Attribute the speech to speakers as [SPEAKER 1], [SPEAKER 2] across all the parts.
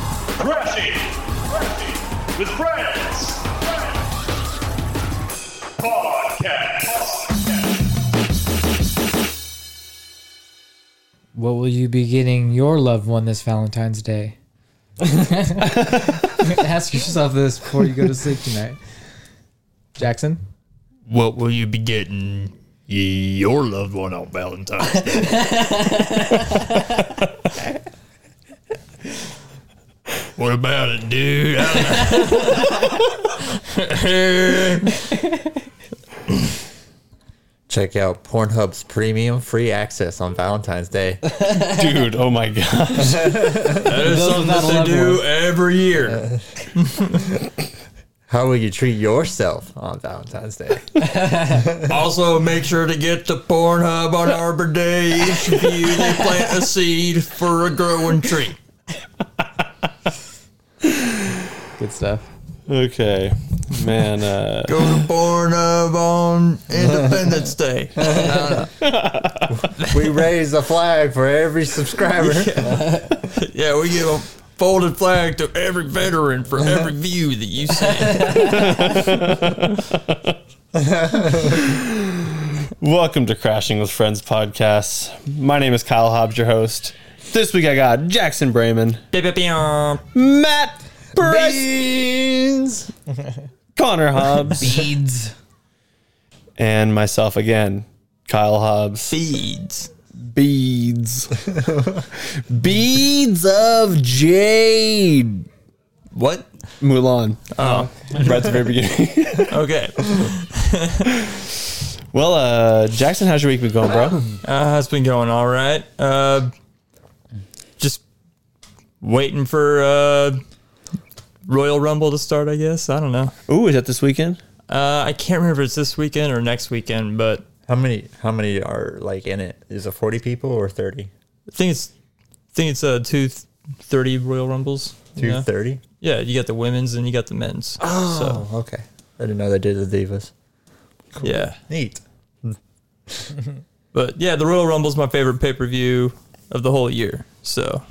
[SPEAKER 1] Crashing with friends. Podcast.
[SPEAKER 2] What will you be getting your loved one this Valentine's Day? Ask yourself this before you go to sleep tonight. Jackson?
[SPEAKER 3] What will you be getting your loved one on Valentine's Day? what about it, dude? I don't know.
[SPEAKER 4] Check out Pornhub's premium free access on Valentine's Day.
[SPEAKER 5] Dude, oh my god.
[SPEAKER 3] that is
[SPEAKER 2] Those
[SPEAKER 3] something
[SPEAKER 2] without a
[SPEAKER 3] that
[SPEAKER 2] loved
[SPEAKER 3] they do every year.
[SPEAKER 4] How will you treat yourself on Valentine's Day?
[SPEAKER 3] also, make sure to get to Pornhub on Arbor Day. Each of you, they plant a seed for a growing tree.
[SPEAKER 2] Good stuff.
[SPEAKER 5] Okay. Man, uh
[SPEAKER 3] Go to Pornhub on Independence Day.
[SPEAKER 4] we raise a flag for every subscriber.
[SPEAKER 3] Yeah, we give a folded flag to every veteran for every view that you send.
[SPEAKER 5] welcome to Crashing with Friends podcast. My name is Kyle Hobbs, your host. This week I got Jackson Brayman, Matt Perez,
[SPEAKER 4] Beans.
[SPEAKER 5] Connor Hobbs,
[SPEAKER 2] Beads.
[SPEAKER 5] and myself again, Kyle Hobbs.
[SPEAKER 3] Feeds.
[SPEAKER 5] Beads. Beads of Jade.
[SPEAKER 3] What?
[SPEAKER 5] Mulan. Oh. Right at the very beginning.
[SPEAKER 3] Okay.
[SPEAKER 5] well, uh, Jackson, how's your week been going, bro?
[SPEAKER 3] Uh, it's been going all right. Uh, just waiting for uh, Royal Rumble to start, I guess. I don't know.
[SPEAKER 5] Ooh, is that this weekend?
[SPEAKER 3] Uh, I can't remember if it's this weekend or next weekend, but
[SPEAKER 4] How many? How many are like in it? Is it forty people or thirty?
[SPEAKER 3] I think it's I think it's uh, two th- thirty Royal Rumbles.
[SPEAKER 4] Two
[SPEAKER 3] yeah.
[SPEAKER 4] thirty?
[SPEAKER 3] yeah, you got the women's and you got the men's. Oh,
[SPEAKER 4] Oh, okay. I didn't know they did the divas.
[SPEAKER 3] so yeah.
[SPEAKER 4] Neat.
[SPEAKER 3] But yeah, the Royal Rumble's my favorite pay per view of the whole year. So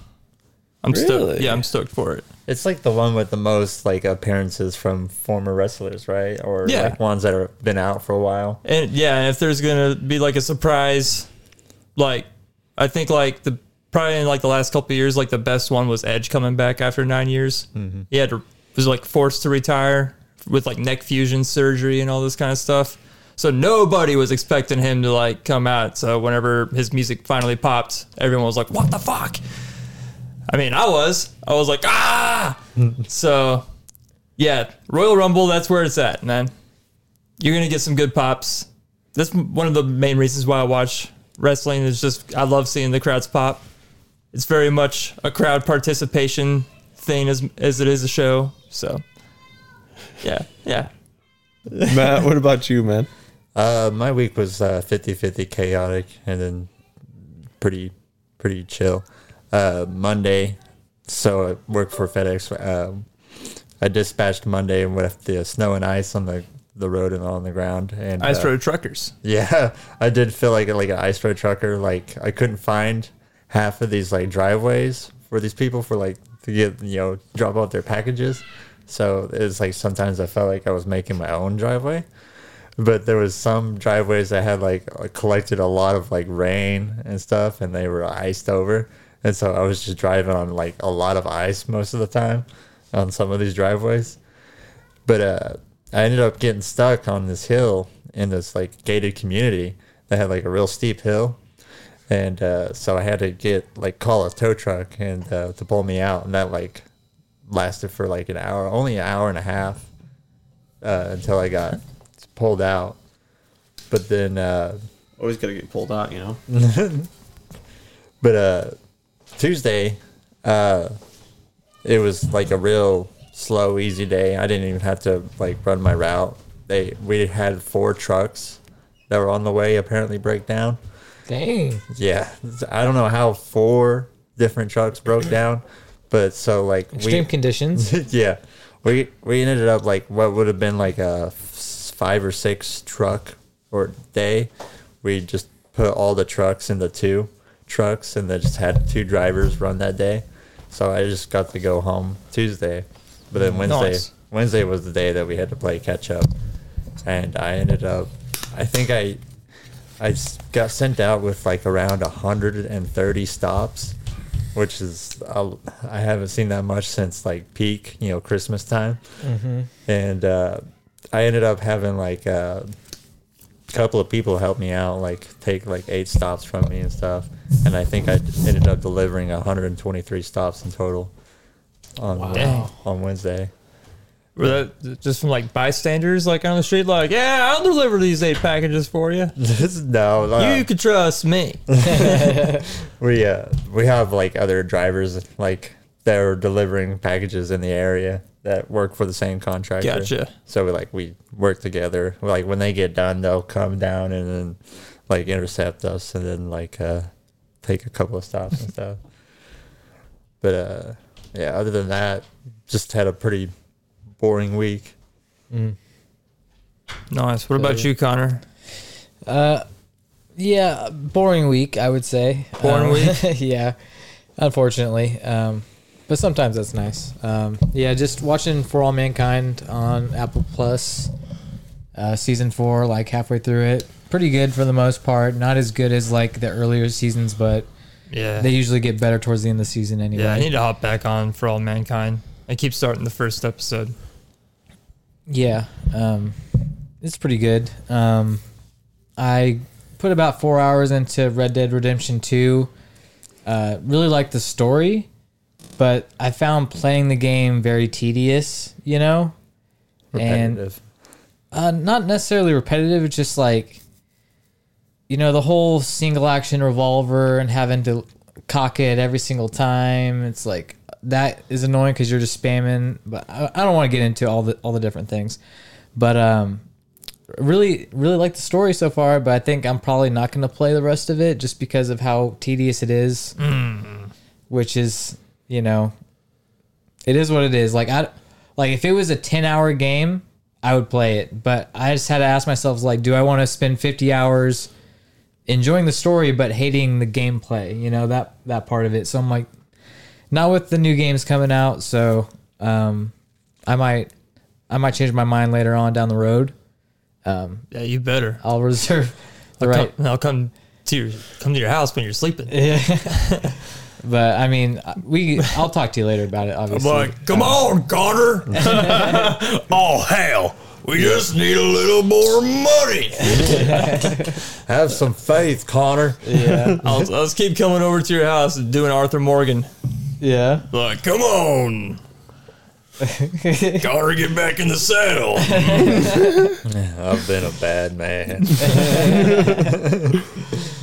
[SPEAKER 3] I'm stoked.
[SPEAKER 5] Really?
[SPEAKER 3] Yeah, I'm stoked for it.
[SPEAKER 4] It's like the one with the most like appearances from former wrestlers, right? Or
[SPEAKER 3] Yeah.
[SPEAKER 4] like ones that have been out for a while.
[SPEAKER 3] And yeah, and if there's gonna be like a surprise, like I think like the probably in like the last couple of years, like the best one was Edge coming back after nine years. He had to, was like forced to retire with like neck fusion surgery and all this kind of stuff. So nobody was expecting him to like come out. So whenever his music finally popped, everyone was like, "What the fuck?" I mean, I was, I was like, "Ah!" so yeah, Royal Rumble, that's where it's at, man you're gonna get some good pops. That's m- one of the main reasons why I watch wrestling. Is just I love seeing the crowds pop. It's very much a crowd participation thing as as it is a show. So, yeah, yeah.
[SPEAKER 5] Matt, what about you, man?
[SPEAKER 4] Uh, my week was uh, 50-50 chaotic and then pretty pretty chill. Uh, Monday, so I work for FedEx. Um, I dispatched Monday with the snow and ice on the, the road and on the ground. And
[SPEAKER 3] Ice
[SPEAKER 4] uh,
[SPEAKER 3] Road Truckers.
[SPEAKER 4] Yeah, I did feel like like an ice road trucker. Like I couldn't find half of these like driveways for these people for like to get you know drop off their packages. So it's like sometimes I felt like I was making my own driveway, but there was some driveways that had like uh, collected a lot of like rain and stuff, and they were iced over, and so I was just driving on like a lot of ice most of the time on some of these driveways but uh, I ended up getting stuck on this hill in this like gated community that had like a real steep hill, and uh, so I had to get like call a tow truck and uh, to pull me out, and that like lasted for like an hour, only an hour and a half, uh, until I got pulled out. But then uh,
[SPEAKER 6] Always gotta get pulled out, you know.
[SPEAKER 4] But uh, Tuesday, uh, it was like a real slow, easy day. I didn't even have to like run my route. They we had four trucks that were on the way apparently break down.
[SPEAKER 2] Dang.
[SPEAKER 4] Yeah, I don't know how four different trucks broke down, but so like
[SPEAKER 2] Extreme
[SPEAKER 4] we
[SPEAKER 2] conditions.
[SPEAKER 4] yeah we we ended up like what would have been like a f- five or six truck or day we just put all the trucks in the two trucks and then just had two drivers run that day So I just got to go home Tuesday, but then Wednesday
[SPEAKER 3] Nice.
[SPEAKER 4] Wednesday was the day that we had to play catch up, and I ended up I think I I s- got sent out with like around 130 stops, which is uh, I haven't seen that much since like peak, you know, Christmas time. And uh, I ended up having like a couple of people help me out, like take like eight stops from me and stuff. And I think I ended up delivering 123 stops in total on
[SPEAKER 3] Dang.
[SPEAKER 4] on Wednesday.
[SPEAKER 3] Were that just from like bystanders, like on the street, like, yeah, I'll deliver these eight packages for you.
[SPEAKER 4] no, uh,
[SPEAKER 3] You can trust me.
[SPEAKER 4] we uh we have like other drivers like that are delivering packages in the area that work for the same contractor.
[SPEAKER 3] Gotcha.
[SPEAKER 4] So we like we work together. Like when they get done, they'll come down and then like intercept us and then like uh take a couple of stops and stuff. But uh yeah, other than that, just had a pretty boring week.
[SPEAKER 3] Nice. What about you, Connor?
[SPEAKER 2] Yeah, boring week, I would say.
[SPEAKER 3] Boring
[SPEAKER 2] Um,
[SPEAKER 3] week?
[SPEAKER 2] yeah, unfortunately. Um, but sometimes that's nice. Um, yeah, just watching For All Mankind on Apple Plus, uh, season four, like halfway through it. Pretty good for the most part. Not as good as like the earlier seasons, but
[SPEAKER 3] Yeah.
[SPEAKER 2] they usually get better towards the end of the season anyway.
[SPEAKER 3] yeah, I need to hop back on for all mankind. I keep starting the first episode.
[SPEAKER 2] Yeah, um, it's pretty good. Um, I put about four hours into Red Dead Redemption Two. Uh, really liked the story, but I found playing the game very tedious. You know, and
[SPEAKER 4] Repetitive.
[SPEAKER 2] uh, not necessarily repetitive. It's just like, you know, the whole single action revolver and having to cock it every single time. It's like that is annoying because you're just spamming. But I, I don't want to get into all the all the different things. But um, really, really like the story so far. But I think I'm probably not going to play the rest of it just because of how tedious it is. Which is, you know, it is what it is. Like I, like if it was a ten hour game, I would play it. But I just had to ask myself, like, do I want to spend fifty hours enjoying the story but hating the gameplay? You know that that part of it. So I'm like, not with the new games coming out. So um, I might, I might change my mind later on down the road.
[SPEAKER 3] Yeah, you better.
[SPEAKER 2] I'll reserve the
[SPEAKER 3] Come-
[SPEAKER 2] right
[SPEAKER 3] I'll come to your come to your house when you're sleeping.
[SPEAKER 2] But I mean, we. I'll talk to you later about it. Obviously,
[SPEAKER 3] come on, Connor. oh hell, we just need a little more money.
[SPEAKER 4] Have some faith, Connor.
[SPEAKER 3] I'll, I'll just keep coming over to your house and doing Arthur Morgan.
[SPEAKER 2] yeah.
[SPEAKER 3] Like, come on. Connor, get back in the saddle.
[SPEAKER 4] I've been a bad man.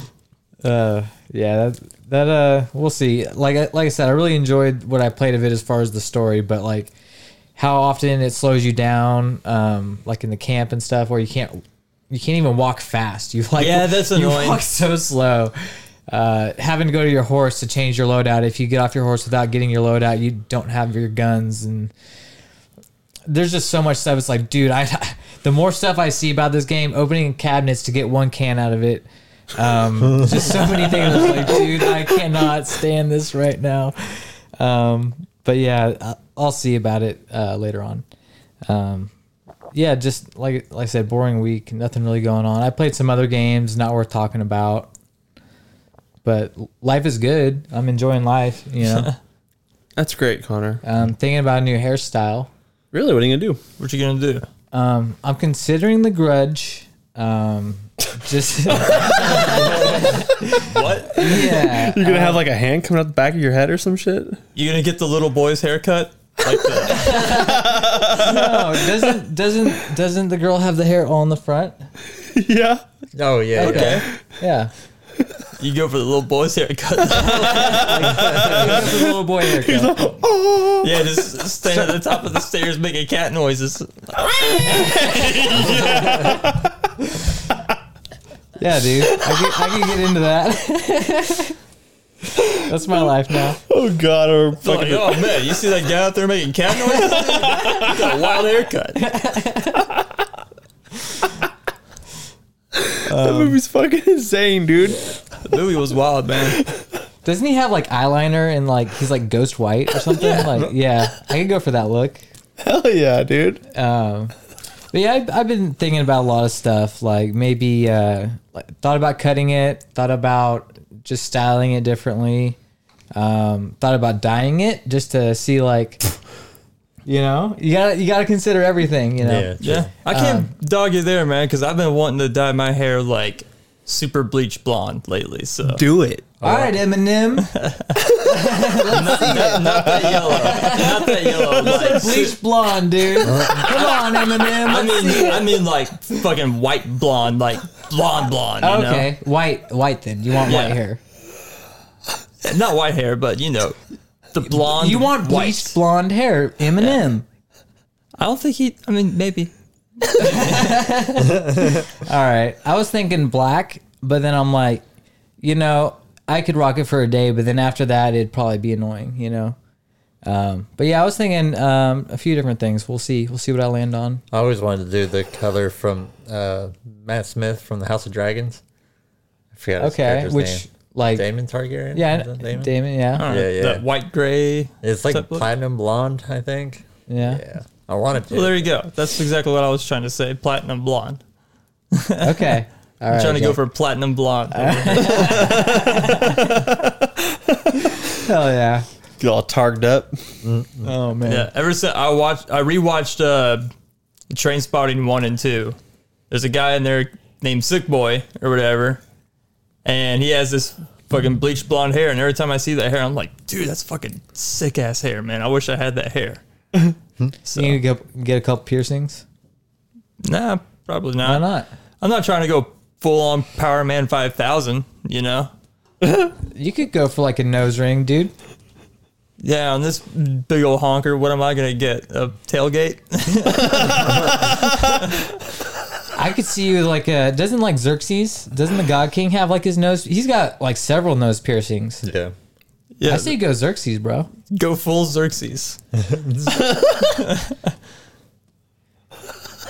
[SPEAKER 2] uh yeah that, that uh we'll see like I- like i said i really enjoyed what i played of it as far as the story but like how often it slows you down um like in the camp and stuff where you can't you can't even walk fast you like
[SPEAKER 3] Yeah, that's annoying.
[SPEAKER 2] you walk so slow uh, having to go to your horse to change your loadout. If you get off your horse without getting your loadout, you don't have your guns, and there's just so much stuff. It's like, dude, I the more stuff I see about this game, opening cabinets to get one can out of it, um, just so many things. It's like, dude, I cannot stand this right now. Um, but yeah, I- I'll see about it uh, later on. Um, yeah, just like like I said, boring week. Nothing really going on. I played some other games, not worth talking about. But life is good. I'm enjoying life. You know,
[SPEAKER 5] That's great, Connor.
[SPEAKER 2] I'm thinking about a new hairstyle.
[SPEAKER 5] Really, what are you gonna do?
[SPEAKER 3] What you gonna do?
[SPEAKER 2] Um, I'm considering the Grudge. Um, just
[SPEAKER 3] What?
[SPEAKER 2] yeah,
[SPEAKER 5] You're gonna have like a hand coming out the back of your head or some shit?
[SPEAKER 3] You gonna get the little boy's haircut? Like the,
[SPEAKER 2] no, Oh, doesn't doesn't doesn't the girl have the hair all in the front?
[SPEAKER 5] yeah.
[SPEAKER 4] oh yeah. yeah.
[SPEAKER 3] okay.
[SPEAKER 2] Yeah,
[SPEAKER 3] You go for the little boy's haircut.
[SPEAKER 2] That's a little boy haircut.
[SPEAKER 3] yeah, just stand at the top of the stairs making cat noises.
[SPEAKER 2] Yeah, dude, I could, I could get into that. That's my life now.
[SPEAKER 5] Oh god, or
[SPEAKER 3] Like,
[SPEAKER 5] fucking.
[SPEAKER 3] oh man, you see that guy out there making cat noises? Got a wild haircut.
[SPEAKER 5] that movie's fucking insane, dude.
[SPEAKER 3] Movie was wild, man.
[SPEAKER 2] Doesn't he have like eyeliner and like he's like ghost white or something? Like, yeah, I could go for that look.
[SPEAKER 5] Hell yeah, dude.
[SPEAKER 2] Um, but yeah, I've, I've been thinking about a lot of stuff. Like maybe uh, like, thought about cutting it. Thought about just styling it differently. Um, thought about dyeing it just to see like, you know, you gotta you gotta consider everything. You know,
[SPEAKER 4] Yeah.
[SPEAKER 3] Yeah, I can't dog you there, man, because I've been wanting to dye my hair like super bleach blonde lately. So
[SPEAKER 5] Do it.
[SPEAKER 2] all right, Eminem,
[SPEAKER 3] not that yellow, not that yellow. Like,
[SPEAKER 2] bleach blonde, dude. Come on, Eminem.
[SPEAKER 3] I mean, I mean like fucking white blonde, like blonde blonde. You
[SPEAKER 2] Okay, white white then. You want
[SPEAKER 3] Yeah.
[SPEAKER 2] white hair.
[SPEAKER 3] know? not white hair, but you know, the blonde.
[SPEAKER 2] You want
[SPEAKER 3] white.
[SPEAKER 2] bleached blonde hair, Eminem.
[SPEAKER 3] I don't think he. I mean, maybe.
[SPEAKER 2] All right. I was thinking black, but then I'm like, you know, I could rock it for a day, but then after that, it'd probably be annoying, you know? Um, but yeah, I was thinking um, a few different things. We'll see. We'll see what I land on.
[SPEAKER 4] I always wanted to do the color from uh, Matt Smith from the House of Dragons. I forgot his
[SPEAKER 2] Okay.
[SPEAKER 4] character's
[SPEAKER 2] Which,
[SPEAKER 4] name.
[SPEAKER 2] like,
[SPEAKER 4] Damon Targaryen.
[SPEAKER 2] yeah,
[SPEAKER 4] Is that
[SPEAKER 2] Damon,
[SPEAKER 4] Damon?
[SPEAKER 2] yeah.
[SPEAKER 3] I don't
[SPEAKER 4] Yeah,
[SPEAKER 3] know,
[SPEAKER 4] yeah.
[SPEAKER 3] That white gray.
[SPEAKER 4] It's like
[SPEAKER 3] type look.
[SPEAKER 4] platinum blonde, I think.
[SPEAKER 2] Yeah.
[SPEAKER 4] Yeah, I wanted to.
[SPEAKER 3] Well, there you go. That's exactly what I was trying to say. Platinum blonde.
[SPEAKER 2] Okay. All right.
[SPEAKER 3] I'm trying to go
[SPEAKER 2] Jack.
[SPEAKER 3] for platinum blonde.
[SPEAKER 2] Hell yeah.
[SPEAKER 5] Get all targed up.
[SPEAKER 2] Oh, man.
[SPEAKER 3] Yeah, ever since I watched, I rewatched uh, Train Spotting one and two. There's a guy in there named Sick Boy or whatever, and he has this fucking bleached blonde hair. And every time I see that hair, I'm like, dude, that's fucking sick ass hair, man. I wish I had that hair. so
[SPEAKER 2] You need to go, get a couple piercings?
[SPEAKER 3] nah, probably
[SPEAKER 2] Why
[SPEAKER 3] not.
[SPEAKER 2] not?
[SPEAKER 3] I'm not trying to go full on Power Man 5000. You know?
[SPEAKER 2] You could go for like a nose ring, dude.
[SPEAKER 3] Yeah, on this big old honker, what am I gonna get? A tailgate?
[SPEAKER 2] I could see you with like a doesn't like Xerxes doesn't the God King have like his nose? He's got like several nose piercings.
[SPEAKER 4] Yeah.
[SPEAKER 3] yeah,
[SPEAKER 2] I say go Xerxes, bro.
[SPEAKER 3] go full Xerxes.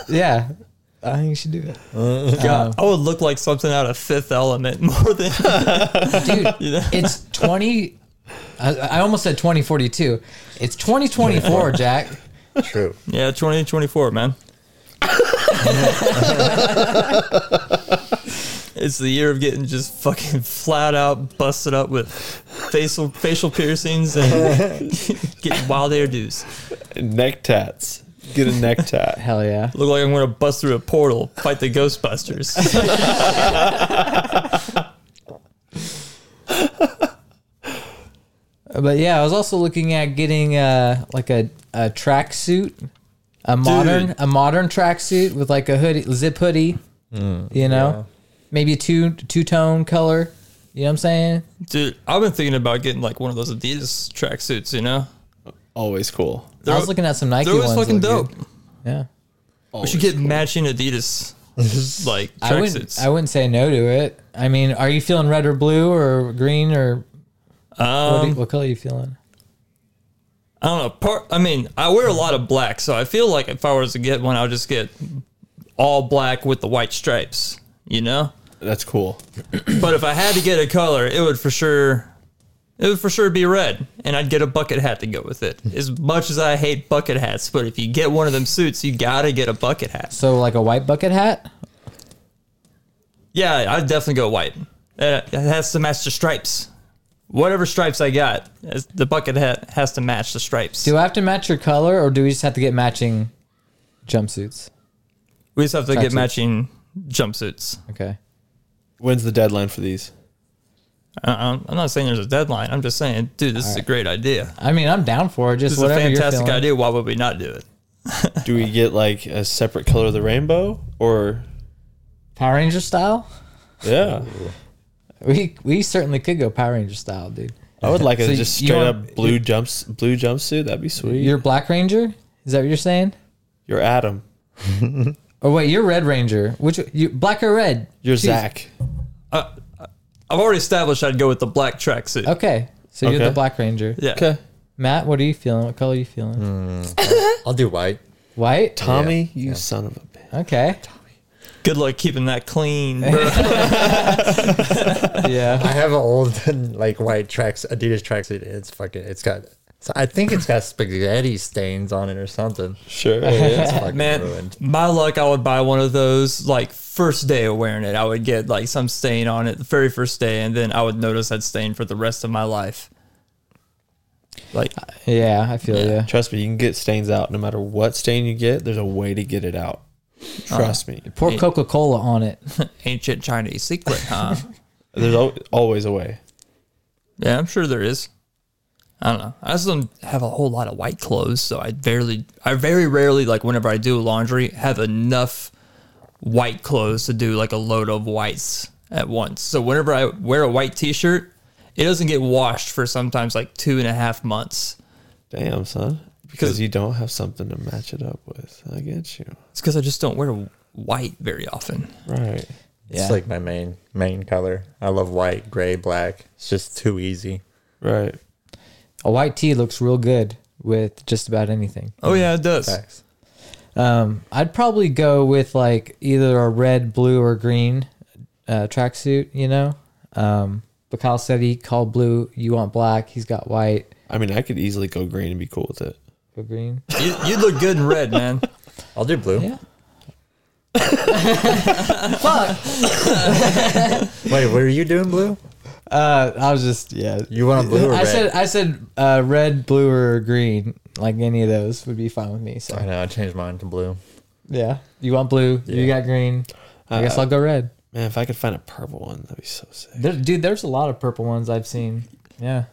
[SPEAKER 2] Yeah, I think you should do it,
[SPEAKER 3] God, I would look like something out of Fifth Element more than
[SPEAKER 2] dude.
[SPEAKER 3] you know.
[SPEAKER 2] It's twenty. I, I almost said twenty forty two. It's twenty twenty four, Jack.
[SPEAKER 4] True.
[SPEAKER 3] Yeah, twenty twenty four, man. it's the year of getting just fucking flat out busted up with facial facial piercings and getting wild hairdos.
[SPEAKER 5] Neck tats. Get a neck tat.
[SPEAKER 2] Hell yeah.
[SPEAKER 3] Look like I'm gonna bust through a portal, fight the Ghostbusters.
[SPEAKER 2] But yeah, I was also looking at getting uh like a a tracksuit, a modern a modern tracksuit with like a hoodie zip hoodie.
[SPEAKER 3] Mm,
[SPEAKER 2] you know, maybe a two two tone color. You know what I'm saying?
[SPEAKER 3] Dude, I've been thinking about getting like one of those Adidas tracksuits. You know,
[SPEAKER 5] Always cool.
[SPEAKER 2] I was looking at some Nike
[SPEAKER 3] they're always
[SPEAKER 2] ones.
[SPEAKER 3] fucking
[SPEAKER 2] that look
[SPEAKER 3] dope.
[SPEAKER 2] good. Yeah.
[SPEAKER 3] We should get matching Adidas like
[SPEAKER 2] I wouldn't,
[SPEAKER 3] tracksuits.
[SPEAKER 2] I wouldn't say no to it. I mean, are you feeling red or blue or green or what,
[SPEAKER 3] Um,
[SPEAKER 2] do you- what color are you feeling?
[SPEAKER 3] I don't know. Part. I mean, I wear a lot of black, so I feel like if I was to get one, I'll just get all black with the white stripes. You know.
[SPEAKER 5] That's cool.
[SPEAKER 3] But if I had to get a color, it would for sure, it would for sure be red, and I'd get a bucket hat to go with it. As much as I hate bucket hats, but if you get one of them suits, you gotta get a bucket hat.
[SPEAKER 2] So like a white bucket hat?
[SPEAKER 3] Yeah, I'd definitely go white. Uh, It has to match the stripes. Whatever stripes I got, as- the bucket hat has to match the stripes.
[SPEAKER 2] Do I have to match your color or do we just have to get matching jumpsuits?
[SPEAKER 3] We just have to
[SPEAKER 2] Tracksuits.
[SPEAKER 3] get matching jumpsuits.
[SPEAKER 2] Okay.
[SPEAKER 5] When's the deadline for these?
[SPEAKER 3] Uh, I'm- I'm not saying there's a deadline. I'm just saying, dude, this is a great idea.
[SPEAKER 2] I mean, I'm down for it. Just
[SPEAKER 3] This is a
[SPEAKER 2] whatever
[SPEAKER 3] fantastic
[SPEAKER 2] you're feeling.
[SPEAKER 3] idea. Why would we not do it?
[SPEAKER 5] Do we get like a separate color of the rainbow or
[SPEAKER 2] Power Ranger style?
[SPEAKER 5] yeah?
[SPEAKER 2] We we certainly could go Power Ranger style, dude.
[SPEAKER 5] I would like a
[SPEAKER 2] So
[SPEAKER 5] just
[SPEAKER 2] you
[SPEAKER 5] straight
[SPEAKER 2] want-
[SPEAKER 5] up blue jumps blue jumpsuit. That'd be sweet.
[SPEAKER 2] You're
[SPEAKER 5] You're,
[SPEAKER 2] Black Ranger? Is that what you're saying?
[SPEAKER 5] Adam.
[SPEAKER 2] Or wait, you're Red Ranger. Which you black or red?
[SPEAKER 5] You're
[SPEAKER 2] Choose.
[SPEAKER 5] Zach.
[SPEAKER 3] I've already established I'd go with the black tracksuit.
[SPEAKER 2] Okay. So you're
[SPEAKER 5] Okay.
[SPEAKER 2] the Black Ranger.
[SPEAKER 3] Yeah. Hmm.
[SPEAKER 5] Okay.
[SPEAKER 2] Matt, what are you feeling? What color are you feeling?
[SPEAKER 4] I'll do white.
[SPEAKER 2] White?
[SPEAKER 5] Tommy, you son of a bitch.
[SPEAKER 2] Okay.
[SPEAKER 3] Good luck keeping that clean. Bro.
[SPEAKER 2] Yeah. yeah.
[SPEAKER 4] I have an old like white tracks Adidas tracksuit. It's fucking. It's got. so I think it's got spaghetti stains on it or something.
[SPEAKER 5] Sure. yeah.
[SPEAKER 4] It's fucking
[SPEAKER 3] Man,
[SPEAKER 4] ruined.
[SPEAKER 3] my luck, I would buy one of those like first day of wearing it. I would get like some stain on it the very first day, and then I would notice that stain for the rest of my life. Like,
[SPEAKER 2] Yeah, I feel yeah.
[SPEAKER 5] Trust me, you can get stains out no matter what stain you get. There's a way to get it out. Trust me.
[SPEAKER 2] Pour Coca Cola on it.
[SPEAKER 3] ancient Chinese secret, huh?
[SPEAKER 5] There's al- always a way.
[SPEAKER 3] yeah, I'm sure there is. I don't know. I just don't have a whole lot of white clothes, so I barely, I very rarely, like whenever I do laundry, have enough white clothes to do like a load of whites at once. So whenever I wear a white T-shirt, it doesn't get washed for sometimes like two and a half months.
[SPEAKER 5] Damn, son. Because you don't have something to match it up with. I get you.
[SPEAKER 3] It's because I just don't wear white very often.
[SPEAKER 5] Right.
[SPEAKER 4] It's like my main main color. I love white, gray, black. It's just too easy.
[SPEAKER 5] Right.
[SPEAKER 2] A white tee looks real good with just about anything.
[SPEAKER 3] Oh yeah, it does.
[SPEAKER 4] Facts.
[SPEAKER 2] Um, I'd probably go with like either a red, blue, or green uh, tracksuit. You know, um, but Kyle said he called blue. You want black? He's got white.
[SPEAKER 5] I mean, I could easily go green and be cool with it.
[SPEAKER 2] Go green.
[SPEAKER 3] You, you look good in red, man.
[SPEAKER 4] I'll do blue.
[SPEAKER 2] Yeah.
[SPEAKER 4] Wait, were you doing blue?
[SPEAKER 2] Uh, I was just yeah.
[SPEAKER 4] You want blue or
[SPEAKER 2] I
[SPEAKER 4] red?
[SPEAKER 2] said I said uh, red, blue, or green. Like any of those would be fine with me.
[SPEAKER 4] I
[SPEAKER 2] So
[SPEAKER 4] know. I changed mine to blue.
[SPEAKER 2] yeah, you want blue? You
[SPEAKER 4] Yeah.
[SPEAKER 2] got green. I guess I'll go red.
[SPEAKER 5] Man, if I could find a purple one, that'd be so sick.
[SPEAKER 2] There, dude, there's a lot of purple ones I've seen. Yeah.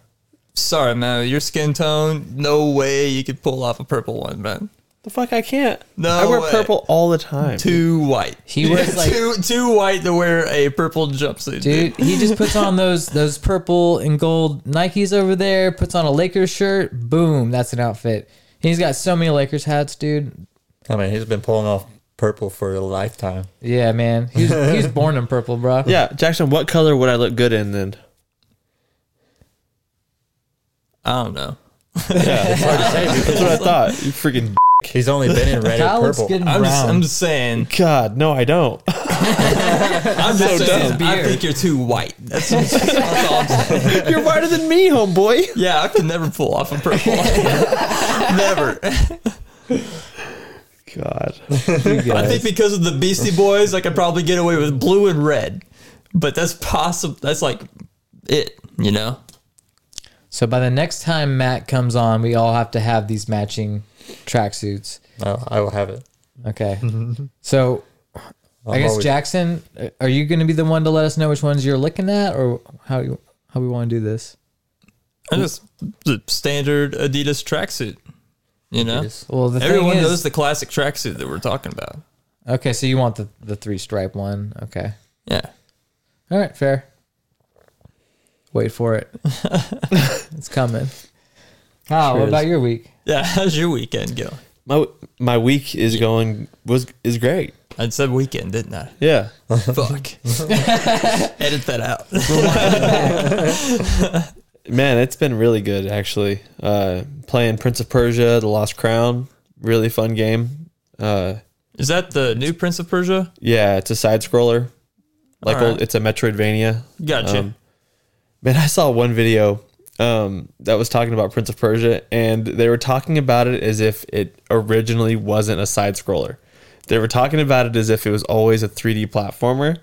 [SPEAKER 3] Sorry, man. Your skin tone, no way you could pull off a purple one, man.
[SPEAKER 5] The fuck, I can't.
[SPEAKER 3] No
[SPEAKER 5] I wear
[SPEAKER 3] way.
[SPEAKER 5] purple all the time.
[SPEAKER 3] Too white.
[SPEAKER 2] He wears, like-
[SPEAKER 3] too too white to wear a purple jumpsuit, dude.
[SPEAKER 2] Dude, he just puts on those those purple and gold Nikes over there, puts on a Lakers shirt, boom, that's an outfit. He's got so many Lakers hats, dude.
[SPEAKER 4] I mean, he's been pulling off purple for a lifetime.
[SPEAKER 2] Yeah, man. He's he's born in purple, bro.
[SPEAKER 5] Yeah, Jackson, what color would I look good in then?
[SPEAKER 3] I don't know.
[SPEAKER 5] Yeah, that's what I thought. You freaking
[SPEAKER 4] He's only been in red
[SPEAKER 2] Kyle
[SPEAKER 4] and
[SPEAKER 2] looks
[SPEAKER 4] purple.
[SPEAKER 2] good in
[SPEAKER 3] I'm just,
[SPEAKER 2] brown.
[SPEAKER 3] I'm just saying.
[SPEAKER 5] God, no, I don't.
[SPEAKER 3] I'm just
[SPEAKER 5] so
[SPEAKER 3] saying.
[SPEAKER 2] dumb.
[SPEAKER 3] I think you're too white. That's, that's all I'm saying.
[SPEAKER 5] You're whiter than me, homeboy.
[SPEAKER 3] Yeah, I could never pull off a purple. never.
[SPEAKER 5] God,
[SPEAKER 3] I think because of the Beastie Boys, I could probably get away with blue and red, but that's possible. That's like it, you know.
[SPEAKER 2] so by the next time Matt comes on, we all have to have these matching tracksuits.
[SPEAKER 4] No, I will have it.
[SPEAKER 2] Okay. so i
[SPEAKER 4] I'm
[SPEAKER 2] guess
[SPEAKER 4] always-
[SPEAKER 2] Jackson, uh, are you going to be the one to let us know which ones you're looking at, or how you how we want to do this?
[SPEAKER 3] I just the standard Adidas tracksuit, you know.
[SPEAKER 2] Well, the
[SPEAKER 3] Everyone
[SPEAKER 2] thing is,
[SPEAKER 3] knows the classic tracksuit that we're talking about.
[SPEAKER 2] okay, so you want the the three stripe one? Okay.
[SPEAKER 3] Yeah,
[SPEAKER 2] All right, fair. Wait for it. it's coming. Kyle,
[SPEAKER 5] Sure
[SPEAKER 2] what about
[SPEAKER 5] is.
[SPEAKER 2] your week?
[SPEAKER 3] yeah. How's your weekend go?
[SPEAKER 5] my my week is going was is great.
[SPEAKER 3] I said weekend, didn't I?
[SPEAKER 5] Yeah,
[SPEAKER 3] Fuck. Edit that out.
[SPEAKER 5] man, it's been really good actually. Uh, playing Prince of Persia: The Lost Crown, really fun game. Uh,
[SPEAKER 3] Is that the new Prince of Persia?
[SPEAKER 5] yeah, it's a side scroller, like
[SPEAKER 3] All right.
[SPEAKER 5] old, it's a Metroidvania.
[SPEAKER 3] Gotcha.
[SPEAKER 5] Um, man, I saw one video um, that was talking about Prince of Persia, and they were talking about it as if it originally wasn't a side scroller. They were talking about it as if it was always a 3D platformer.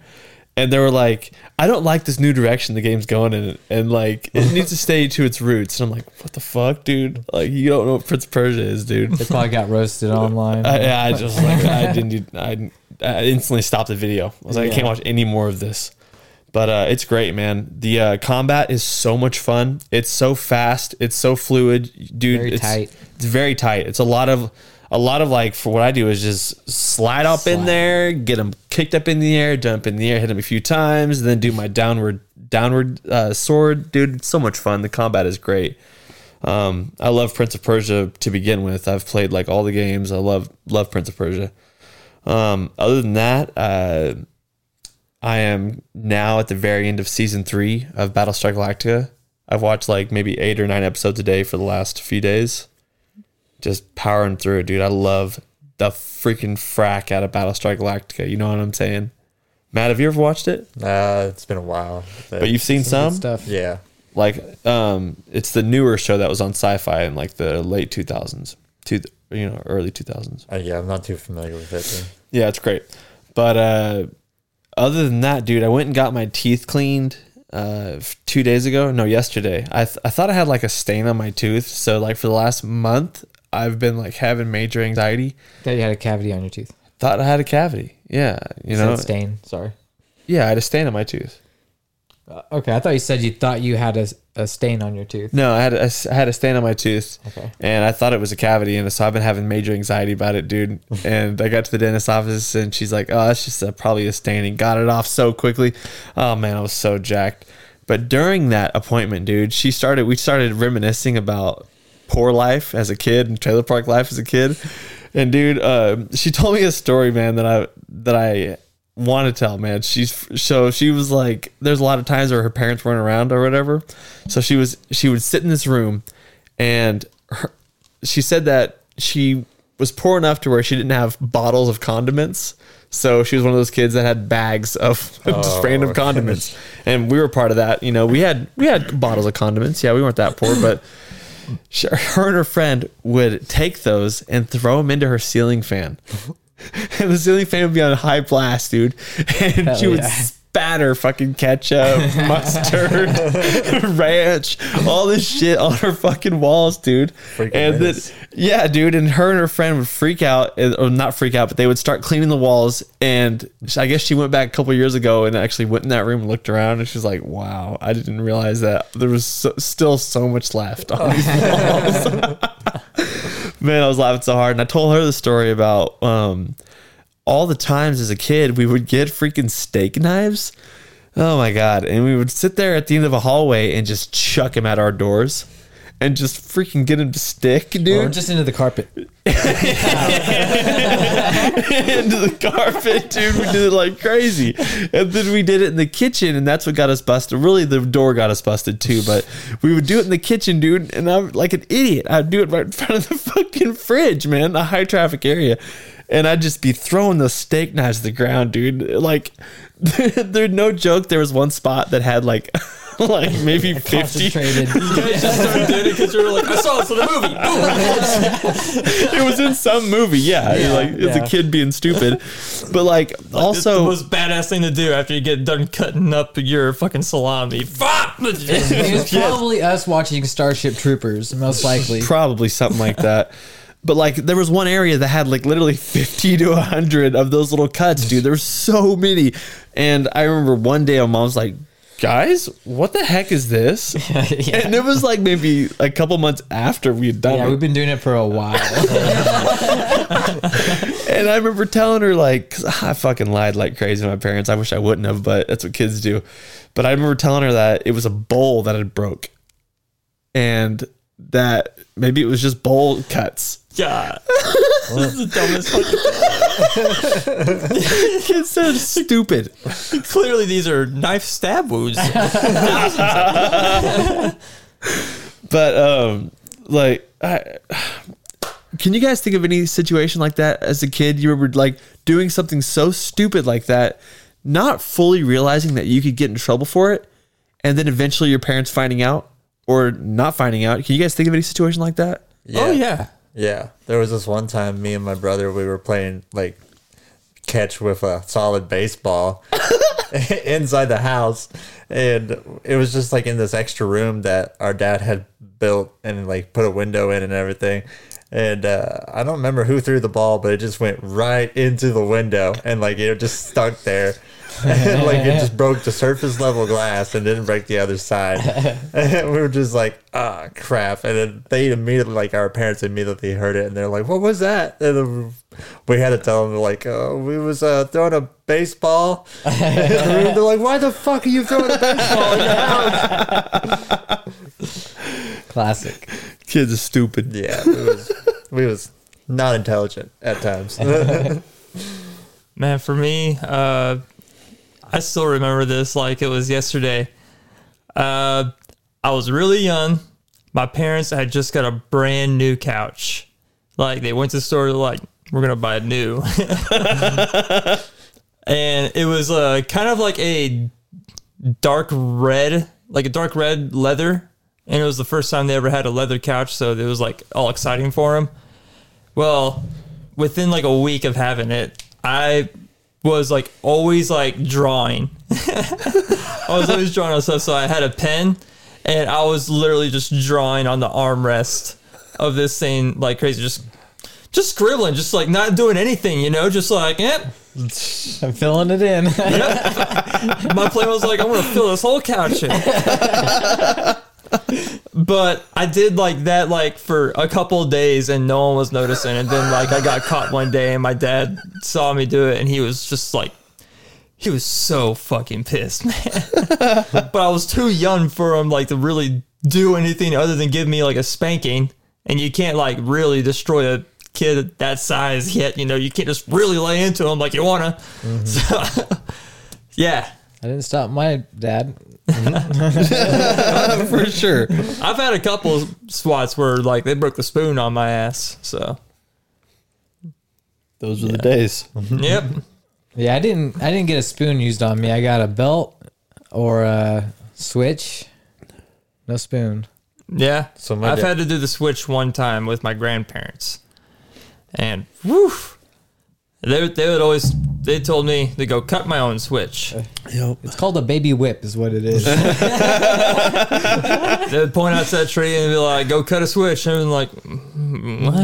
[SPEAKER 5] And they were like, I don't like this new direction the game's going in, and like it needs to stay to its roots. And I'm like, what the fuck, dude? Like you don't know what Prince of Persia is, dude.
[SPEAKER 2] They probably got roasted online.
[SPEAKER 5] I, yeah, I just like I didn't. I, I instantly stopped the video. I was like, I can't watch any more of this. But uh, it's great, man. The uh, combat is so much fun. It's so fast. It's so fluid, dude.
[SPEAKER 2] Very
[SPEAKER 5] it's,
[SPEAKER 2] tight.
[SPEAKER 5] It's very tight. It's a lot of a lot of like for what I do is just slide up in
[SPEAKER 2] Slide.
[SPEAKER 5] there, get them kicked up in the air, jump in the air, hit them a few times, then do my downward downward uh, sword, dude. It's so much fun. The combat is great. Um, I love Prince of Persia to begin with. I've played like all the games. I love love Prince of Persia. Um, other than that, uh, I am now at the very end of season three of Battlestar Galactica. I've watched like maybe eight or nine episodes a day for the last few days. Just powering through it, dude. I love the freaking frack out of Battlestar Galactica. You know what I'm saying? Matt, have you ever watched it?
[SPEAKER 4] Uh, it's been a while.
[SPEAKER 5] But you've seen
[SPEAKER 2] Good
[SPEAKER 5] some.
[SPEAKER 2] stuff.
[SPEAKER 4] yeah.
[SPEAKER 5] Like, um, it's the newer show that was on Sci-Fi in like the late two thousands, two you know early two thousands.
[SPEAKER 4] Uh, yeah, I'm not too familiar with it. Then.
[SPEAKER 5] Yeah, it's great. But uh, other than that, dude, I went and got my teeth cleaned uh, f- two days ago. No, yesterday. I, th- I thought I had like a stain on my tooth. So, like, for the last month, I've been like having major anxiety.
[SPEAKER 2] That you had a cavity on your tooth.
[SPEAKER 5] Thought I had a cavity. Yeah. You
[SPEAKER 2] You know,
[SPEAKER 5] know,
[SPEAKER 2] stain. Sorry.
[SPEAKER 5] yeah, I had a stain on my tooth.
[SPEAKER 2] Uh, okay, I thought you said you thought you had a, a stain on your tooth.
[SPEAKER 5] No, I had a, I had a stain on my tooth,
[SPEAKER 2] Okay.
[SPEAKER 5] and I thought it was a cavity, and so I've been having major anxiety about it, dude. and I got to the dentist's office, and she's like, "Oh, that's just a, probably a stain," and got it off so quickly. Oh man, I was so jacked. But during that appointment, dude, she started. We started reminiscing about poor life as a kid and trailer park life as a kid. And dude, uh, she told me a story, man, that I that I want to tell, man. She's so she was like, there's a lot of times where her parents weren't around or whatever. So she was she would sit in this room, and her, she said that she was poor enough to where she didn't have bottles of condiments. So she was one of those kids that had bags of just random condiments, and we were part of that. You know, we had we had bottles of condiments. Yeah, we weren't that poor, but she, her and her friend would take those and throw them into her ceiling fan. and the ceiling fan would be on high blast, dude. And she would
[SPEAKER 2] yeah.
[SPEAKER 5] spatter fucking ketchup, mustard, ranch, all this shit on her fucking walls, dude.
[SPEAKER 4] Freaking
[SPEAKER 5] and then,
[SPEAKER 4] menace.
[SPEAKER 5] yeah, dude. And her and her friend would freak out, and- or not freak out, but they would start cleaning the walls. And I guess she went back a couple years ago and actually went in that room and looked around, and she's like, "Wow, I didn't realize that there was so, still so much left on these walls." Man, I was laughing so hard, and I told her the story about um, all the times as a kid we would get freaking steak knives. Oh my god! And we would sit there at the end of a hallway and just chuck them at our doors, and just freaking get them to stick, dude
[SPEAKER 2] Or just into the carpet.
[SPEAKER 5] into the carpet, dude. We did it like crazy. And then we did it in the kitchen, and that's what got us busted. Really, the door got us busted too, but we would do it in the kitchen, dude. And I'm like an idiot. I'd do it right in front of the fucking fridge, man, a high traffic area. And I'd just be throwing those steak knives to the ground, dude. Like, there's no joke. There was one spot that had like, like maybe 50
[SPEAKER 2] Concentrated.
[SPEAKER 3] guys just started doing it because we were like, I saw this in a movie. Boom.
[SPEAKER 5] it was in some movie. Yeah, You're like it's
[SPEAKER 2] yeah.
[SPEAKER 5] a kid being stupid, but like
[SPEAKER 3] Also, it's the
[SPEAKER 5] also
[SPEAKER 3] most badass thing to do after you get done cutting up your fucking salami. Fuck!
[SPEAKER 2] It was probably us watching Starship Troopers, most likely.
[SPEAKER 5] probably something like that. But like there was one area that had like literally 50 to 100 of those little cuts, dude. There's so many. And I remember one day my mom's like, "Guys, what the heck is this?" And it was like maybe a couple months after we had done
[SPEAKER 2] Yeah,
[SPEAKER 5] it.
[SPEAKER 2] we've been doing it for a while.
[SPEAKER 5] and I remember telling her like, 'cause I fucking lied like crazy to my parents. I wish I wouldn't have, but that's what kids do. But I remember telling her that it was a bowl that had broke, and that maybe it was just bowl cuts.
[SPEAKER 3] God. this is the dumbest fucking
[SPEAKER 5] Kids so stupid.
[SPEAKER 3] Clearly, these are knife stab wounds.
[SPEAKER 5] But um, like, I, can you guys think of any situation like that as a kid? You were like doing something so stupid like that, not fully realizing that you could get in trouble for it, and then eventually your parents finding out or not finding out. Can you guys think of any situation like that?
[SPEAKER 3] Oh, yeah.
[SPEAKER 4] Yeah, there was this one time me and my brother we were playing like catch with a solid baseball inside the house, and it was just like in this extra room that our dad had built and like put a window in and everything. And uh, I don't remember who threw the ball, but it just went right into the window and like it just stuck there. And, like it just broke the surface level glass and didn't break the other side. And we were just like, ah, crap. And then they immediately, like, our parents immediately heard it and they're like, what was that? And then we had to tell them, like, oh, we was uh, throwing a baseball. And they're like, why the fuck are you throwing a baseball in your house?
[SPEAKER 2] Classic.
[SPEAKER 5] Kids are stupid.
[SPEAKER 4] Yeah, we was, we was not intelligent at times.
[SPEAKER 3] Man, for me, uh, I still remember this like it was yesterday. Uh, I was really young. My parents had just got a brand new couch. Like they went to the store, they're like, we're gonna buy a new. and it was uh, kind of like a dark red, like a dark red leather. And it was the first time they ever had a leather couch, so it was like all exciting for him. Well, within like a week of having it, I was like always like drawing. I was always drawing on stuff, so I had a pen and I was literally just drawing on the armrest of this thing like crazy, just just scribbling, just like not doing anything, you know, just like, eh,
[SPEAKER 2] I'm filling it in.
[SPEAKER 3] my plan was like, I'm gonna fill this whole couch in. but I did like that like for a couple of days and no one was noticing and then like I got caught one day and my dad saw me do it and he was just like he was so fucking pissed, man. but I was too young for him like to really do anything other than give me like a spanking. And you can't like really destroy a kid that size yet, you know, you can't just really lay into him like you wanna. So yeah.
[SPEAKER 2] I didn't stop my dad.
[SPEAKER 5] for sure.
[SPEAKER 3] I've had a couple swats where like they broke the spoon on my ass. So
[SPEAKER 5] Those were the days.
[SPEAKER 3] Mm-hmm. yep,
[SPEAKER 2] Yeah, I didn't. I didn't get a spoon used on me. I got a belt or a switch. No spoon.
[SPEAKER 3] yeah.
[SPEAKER 4] So my
[SPEAKER 3] I've
[SPEAKER 4] dad-
[SPEAKER 3] had to do the switch one time with my grandparents, and whew, they they would always they told me to go cut my own switch.
[SPEAKER 2] It's called a baby whip, is what it is.
[SPEAKER 3] They would point out to that tree and be like, "Go cut a switch," and I'm like, "Mm, "What?"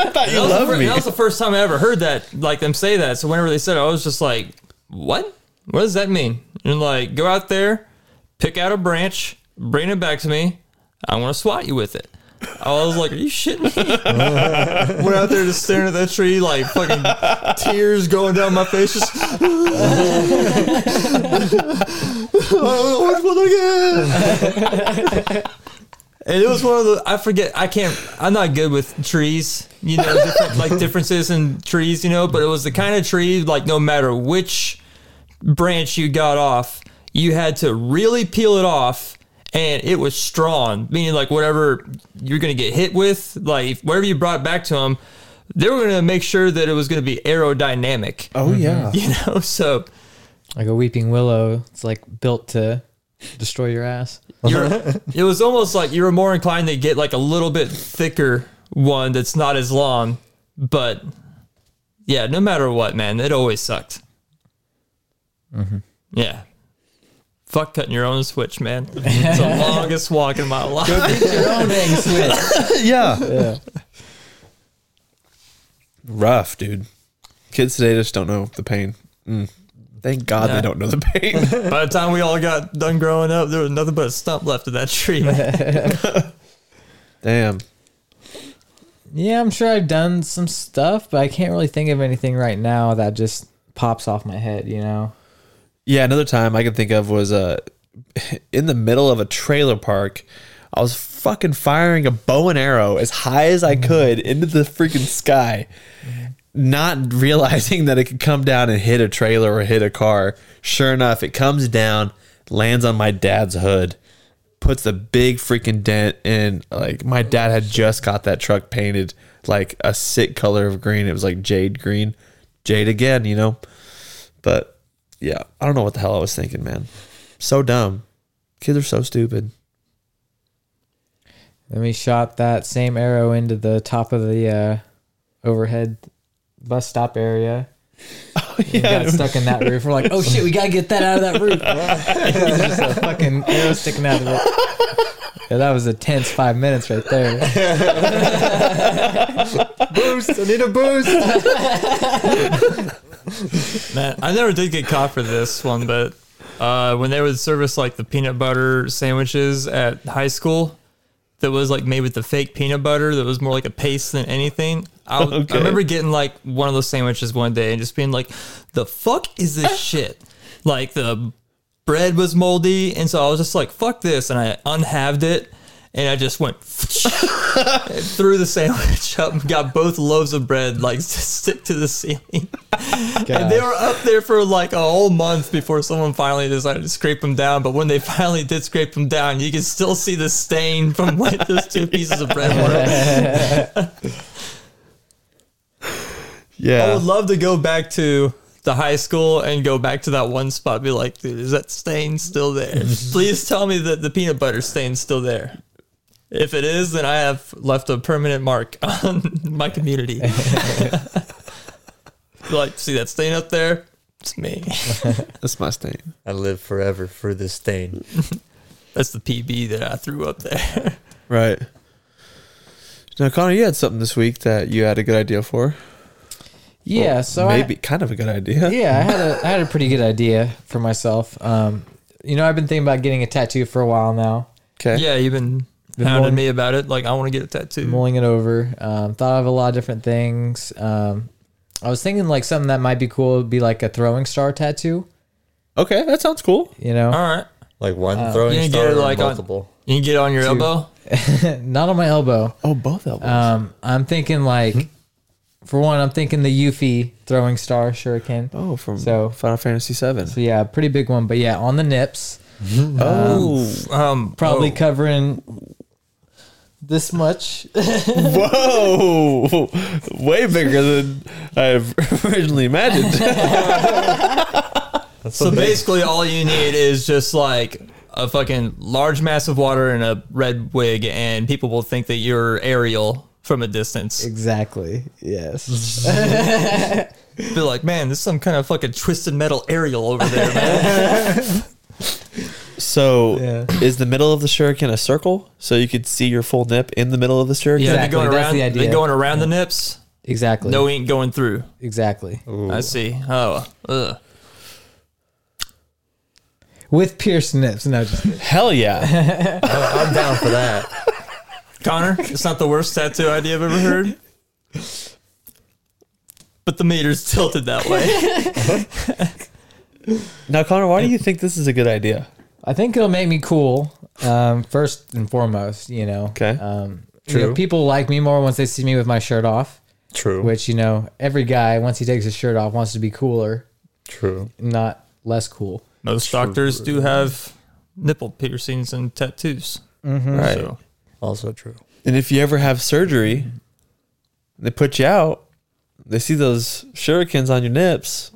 [SPEAKER 3] I thought you
[SPEAKER 5] loved me.
[SPEAKER 3] That was the first time I ever heard that, like them say that. So whenever they said it, I was just like, "What? What does that mean?" And like, go out there, pick out a branch, bring it back to me. I want to swat you with it. I was like, "Are you shitting me?" Went out there just staring at that tree, like fucking tears going down my face. Just, I don't know what to do. And it was one of the I forget I can't I'm not good with trees, you know, different, like differences in trees, you know. But it was the kind of tree like no matter which branch you got off, you had to really peel it off, and it was strong. Meaning like whatever you're gonna get hit with, like whatever you brought back to them, they were gonna make sure that it was gonna be aerodynamic,
[SPEAKER 5] Oh yeah.
[SPEAKER 3] you know. So
[SPEAKER 2] like a weeping willow. It's like built to destroy your ass.
[SPEAKER 3] you're, it was almost like you were more inclined to get like a little bit thicker one that's not as long, but yeah, no matter what, man, it always sucked. Yeah, fuck cutting your own switch, man. It's the longest walk in my life.
[SPEAKER 5] Mm-hmm. yeah. Rough, dude. Kids today just don't know the pain. Mm. Thank God
[SPEAKER 3] Yeah.
[SPEAKER 5] they don't know the pain.
[SPEAKER 3] By the time we all got done growing up, there was nothing but a stump left of that tree. Man.
[SPEAKER 5] Damn.
[SPEAKER 2] Yeah, I'm sure I've done some stuff, but I can't really think of anything right now that just pops off my head. You know,
[SPEAKER 5] Yeah, another time I can think of was uh, in the middle of a trailer park. I was fucking firing a bow and arrow as high as I could into the freaking sky, not realizing that it could come down and hit a trailer or hit a car. Sure enough, it comes down, lands on my dad's hood, puts a big freaking dent in. Like, my dad had just got that truck painted like a sick color of green. It was like jade green. Jade again, you know? But yeah, I don't know what the hell I was thinking, man. So dumb. Kids are so stupid.
[SPEAKER 2] then we shot that same arrow into the top of the uh, overhead bus stop area. We got it stuck in that roof. We're like, oh shit, we gotta get that out of that roof. It's just a fucking arrow sticking out of it. Yeah, that was a tense five minutes right there.
[SPEAKER 4] boost. I need a boost.
[SPEAKER 3] man, I never did get caught for this one, but uh, when they would service like the peanut butter sandwiches at high school, that was like made with the fake peanut butter that was more like a paste than anything. I, I
[SPEAKER 5] Okay.
[SPEAKER 3] remember getting like one of those sandwiches one day and just being like, the fuck is this shit? Like the bread was moldy. And so I was just like, fuck this. And I unhalved it and I just went and threw the sandwich up and got both loaves of bread like stick to the ceiling. And they were up there for like a whole month before someone finally decided to scrape them down. But when they finally did scrape them down, you can still see the stain from what those two pieces of bread were.
[SPEAKER 5] Yeah.
[SPEAKER 3] I would love to go back to the high school and go back to that one spot. and Be like, dude, is that stain still there? Please tell me that the peanut butter stain's still there. If it is, then I have left a permanent mark on my community. like, see that stain up there? It's me.
[SPEAKER 5] That's my stain.
[SPEAKER 4] I live forever for this stain.
[SPEAKER 3] That's the PB that I threw up there.
[SPEAKER 5] Right. Now, Connor, you had something this week that you had a good idea for.
[SPEAKER 2] Yeah, so I-
[SPEAKER 5] maybe kind of a good idea.
[SPEAKER 2] yeah, I had a I had a pretty good idea for myself. Um, you know, I've been thinking about getting a tattoo for a while now,
[SPEAKER 5] Okay.
[SPEAKER 3] yeah, you've been
[SPEAKER 2] Been
[SPEAKER 3] hounding
[SPEAKER 2] mulling-
[SPEAKER 3] me about it. Like, I want to get a tattoo.
[SPEAKER 2] mulling it over. Um, thought of a lot of different things. Um, I was thinking like something that might be cool would be like a throwing star tattoo.
[SPEAKER 5] Okay, that sounds cool.
[SPEAKER 2] You know,
[SPEAKER 3] All right.
[SPEAKER 4] Like one throwing
[SPEAKER 3] Uh, You can
[SPEAKER 4] star
[SPEAKER 3] get it
[SPEAKER 4] or
[SPEAKER 3] like on-
[SPEAKER 4] multiple.
[SPEAKER 3] You can get it on your elbow.
[SPEAKER 2] not on my elbow.
[SPEAKER 5] Oh, both elbows.
[SPEAKER 2] Um, I'm thinking like, for one, I'm thinking the Yuffie throwing star shuriken.
[SPEAKER 5] oh, from
[SPEAKER 2] so-
[SPEAKER 5] Final Fantasy VII.
[SPEAKER 2] So yeah, pretty big one. But yeah, on the nips,
[SPEAKER 5] Oh,
[SPEAKER 3] Um,
[SPEAKER 2] probably
[SPEAKER 3] oh,
[SPEAKER 2] covering this much.
[SPEAKER 5] whoa! Oh. Way bigger than I originally imagined.
[SPEAKER 3] So basically, all you need is just like a fucking large mass of water and a red wig, and people will think that you're Ariel from a distance.
[SPEAKER 2] exactly. Yes.
[SPEAKER 3] Be like, man, this is some kind of fucking twisted metal Ariel over there, man.
[SPEAKER 5] so,
[SPEAKER 2] Yeah.
[SPEAKER 5] is the middle of the shuriken a circle? So you could see your full nip in the middle of the shuriken.
[SPEAKER 3] Yeah, they're
[SPEAKER 2] Exactly,
[SPEAKER 3] going
[SPEAKER 2] that's
[SPEAKER 3] around.
[SPEAKER 2] the
[SPEAKER 3] They're
[SPEAKER 2] idea.
[SPEAKER 3] going around the nips.
[SPEAKER 2] Exactly.
[SPEAKER 3] No ink going through.
[SPEAKER 2] Exactly.
[SPEAKER 3] I see. Oh, ugh.
[SPEAKER 2] With pierced nips. No, just kidding.
[SPEAKER 5] Hell yeah!
[SPEAKER 4] I'm down for that.
[SPEAKER 3] Connor, it's not the worst tattoo idea I've ever heard. But the meter's tilted that way.
[SPEAKER 5] now, Connor, why do you think this is a good idea?
[SPEAKER 2] I think it'll make me cool. Um, first and foremost, you know.
[SPEAKER 5] Okay.
[SPEAKER 2] Um, You know,
[SPEAKER 4] True.
[SPEAKER 2] people like me more once they see me with my shirt off,
[SPEAKER 4] True.
[SPEAKER 2] which you know every guy once he takes his shirt off wants to be cooler,
[SPEAKER 4] True.
[SPEAKER 2] not less cool.
[SPEAKER 3] Most doctors do have nipple piercings and tattoos.
[SPEAKER 5] Right.
[SPEAKER 3] So.
[SPEAKER 4] Also true.
[SPEAKER 5] And if you ever have surgery, they put you out. They see those shurikens on your nips.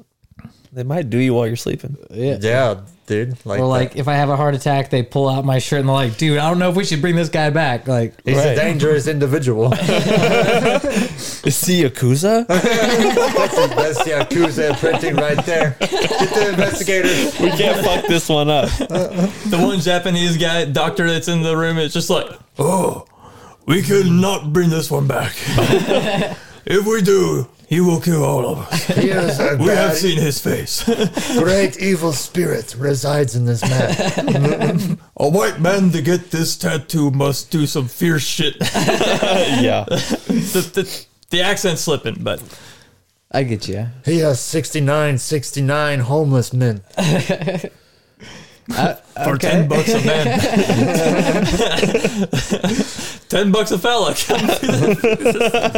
[SPEAKER 5] They might do you while you're sleeping.
[SPEAKER 2] Yeah.
[SPEAKER 4] Yeah, dude. Like,
[SPEAKER 2] Or like
[SPEAKER 4] that.
[SPEAKER 2] if I have a heart attack, they pull out my shirt and they're like, "Dude, I don't know if we should bring this guy back." Like,
[SPEAKER 4] he's
[SPEAKER 5] Right.
[SPEAKER 4] a dangerous individual.
[SPEAKER 5] Is he Yakuza?
[SPEAKER 4] That's the Yakuza printing right there. Get the investigators.
[SPEAKER 5] we can't fuck this one up.
[SPEAKER 3] the one Japanese guy doctor that's in the room is just like, oh, we could not bring this one back. if we do, he will kill all of us.
[SPEAKER 4] He is a
[SPEAKER 3] We have
[SPEAKER 4] bad-
[SPEAKER 3] seen his face.
[SPEAKER 4] great evil spirit resides in this man.
[SPEAKER 3] A white man to get this tattoo must do some fierce shit. the,
[SPEAKER 5] Yeah.
[SPEAKER 3] the, the accent's slipping, but
[SPEAKER 2] I get you.
[SPEAKER 4] He has 69, 69 homeless men.
[SPEAKER 3] for ten bucks a man, ten bucks a fella.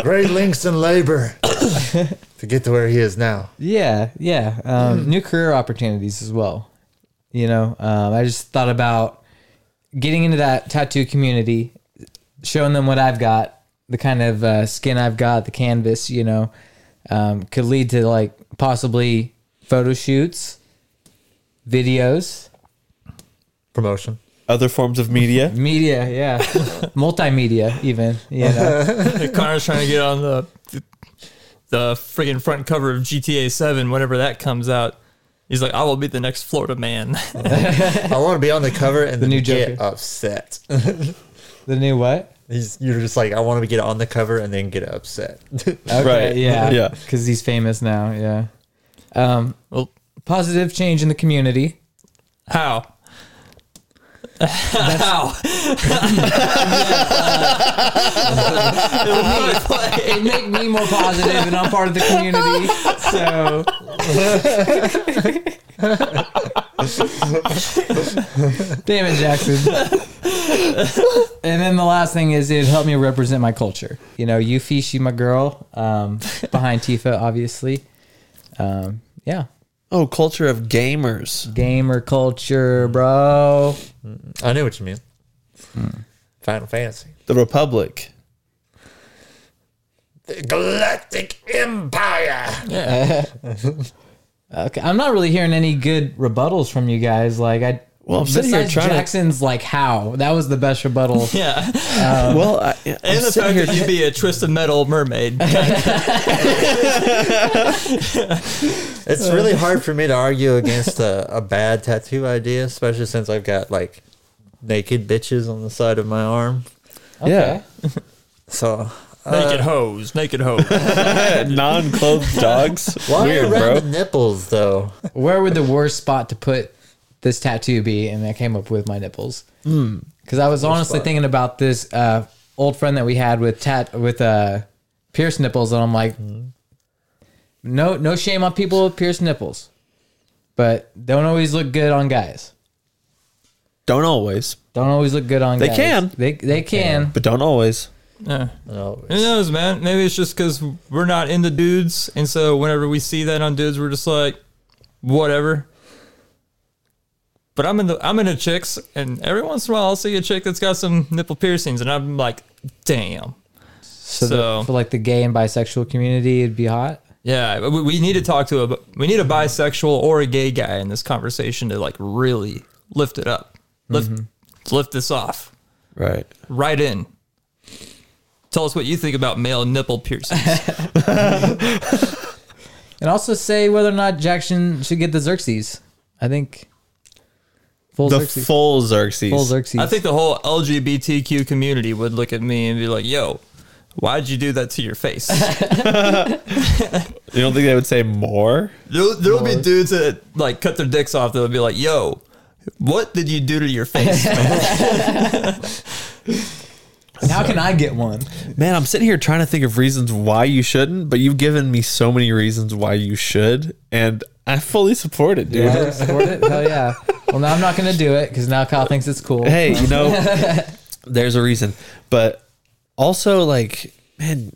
[SPEAKER 4] Great links in labor to get to where he is now.
[SPEAKER 2] Yeah, yeah.
[SPEAKER 5] Hmm.
[SPEAKER 2] Um, new career opportunities as well. You know, um, I just thought about getting into that tattoo community, showing them what I've got, the kind of uh, skin I've got, the canvas. You know, um, could lead to like possibly photo shoots, videos,
[SPEAKER 4] Promotion.
[SPEAKER 5] Other forms of media.
[SPEAKER 2] media. Yeah, multimedia even. You know,
[SPEAKER 3] Connor's trying to get on the the friggin' front cover of GTA Seven whenever that comes out. He's like, I will be the next Florida man.
[SPEAKER 4] I want to be on the cover and then
[SPEAKER 2] new
[SPEAKER 4] get
[SPEAKER 2] Joker.
[SPEAKER 4] upset.
[SPEAKER 2] the new what?
[SPEAKER 4] He's, you're just like, I want to get on the cover and then get upset.
[SPEAKER 2] Okay,
[SPEAKER 5] Right.
[SPEAKER 2] Yeah.
[SPEAKER 5] Yeah.
[SPEAKER 2] Because he's famous now. Yeah. Um,
[SPEAKER 3] well,
[SPEAKER 2] positive change in the community.
[SPEAKER 3] how? how?
[SPEAKER 2] it make me more positive and I'm part of the community. So Damn it, Jackson. and then the last thing is it helped me represent my culture. You know, Yuffie, she my girl, um, behind Tifa, obviously. Um, yeah.
[SPEAKER 5] Oh, culture of gamers.
[SPEAKER 2] Gamer culture, bro.
[SPEAKER 4] I knew what you mean. Final Fantasy.
[SPEAKER 5] The Republic.
[SPEAKER 4] The Galactic Empire.
[SPEAKER 2] Okay, I'm not really hearing any good rebuttals from you guys. Like I, well,
[SPEAKER 5] I'm sitting here trying to-
[SPEAKER 2] Jackson's like how that was the best rebuttal.
[SPEAKER 3] Yeah,
[SPEAKER 5] well, I, I'm
[SPEAKER 3] and the
[SPEAKER 5] sitting
[SPEAKER 3] fact
[SPEAKER 5] here
[SPEAKER 3] that you'd be a twisted metal mermaid.
[SPEAKER 4] It's really hard for me to argue against a, a bad tattoo idea, especially since I've got like naked bitches on the side of my arm.
[SPEAKER 5] yeah,
[SPEAKER 4] So
[SPEAKER 3] naked hose, naked hose.
[SPEAKER 5] non-clothed dogs.
[SPEAKER 4] why
[SPEAKER 5] Weird,
[SPEAKER 4] around
[SPEAKER 5] bro.
[SPEAKER 4] the nipples though?
[SPEAKER 2] Where would the worst spot to put this tattoo be? And I came up with my nipples because I was honestly thinking about this uh, old friend that we had with tat with uh, pierced nipples, and I'm like, no, no shame on people with pierced nipples, but don't always look good on guys.
[SPEAKER 5] Don't always,
[SPEAKER 2] Don't always look good on.
[SPEAKER 5] They
[SPEAKER 2] guys.
[SPEAKER 5] can.
[SPEAKER 2] They they can.
[SPEAKER 5] but don't always.
[SPEAKER 3] Yeah.
[SPEAKER 4] No,
[SPEAKER 3] Who knows, man? Maybe it's just because we're not into dudes, and so whenever we see that on dudes, we're just like, whatever. But I'm in the I'm into chicks, and every once in a while I'll see a chick that's got some nipple piercings, and I'm like, damn.
[SPEAKER 2] So,
[SPEAKER 3] So-
[SPEAKER 2] the, for like the gay and bisexual community, it'd be hot.
[SPEAKER 3] Yeah, we, we need to talk to a we need a bisexual or a gay guy in this conversation to like really lift it up, lift
[SPEAKER 2] Mm-hmm.
[SPEAKER 3] lift this off
[SPEAKER 5] Right.
[SPEAKER 3] right in. Tell us what you think about male nipple piercings.
[SPEAKER 2] And also say whether or not Jackson should get the Xerxes. I think full
[SPEAKER 5] The
[SPEAKER 2] Xerxes.
[SPEAKER 5] full Xerxes.
[SPEAKER 2] full Xerxes.
[SPEAKER 3] I think the whole LGBTQ community would look at me and be like, "Yo, why'd you do that to your face?"
[SPEAKER 5] You don't think they would say more?
[SPEAKER 3] there'll, there'll be dudes that like cut their dicks off. They'll be like, "Yo, what did you do to your face?" man?"
[SPEAKER 2] And how can I get one?
[SPEAKER 5] Man, I'm sitting here trying to think of reasons why you shouldn't, but you've given me so many reasons why you should, and I fully support it, dude.
[SPEAKER 2] Do I support it? Hell yeah. Well, now I'm not going to do it because now Kyle thinks it's cool.
[SPEAKER 5] Hey, you know, there's a reason, but also like, man,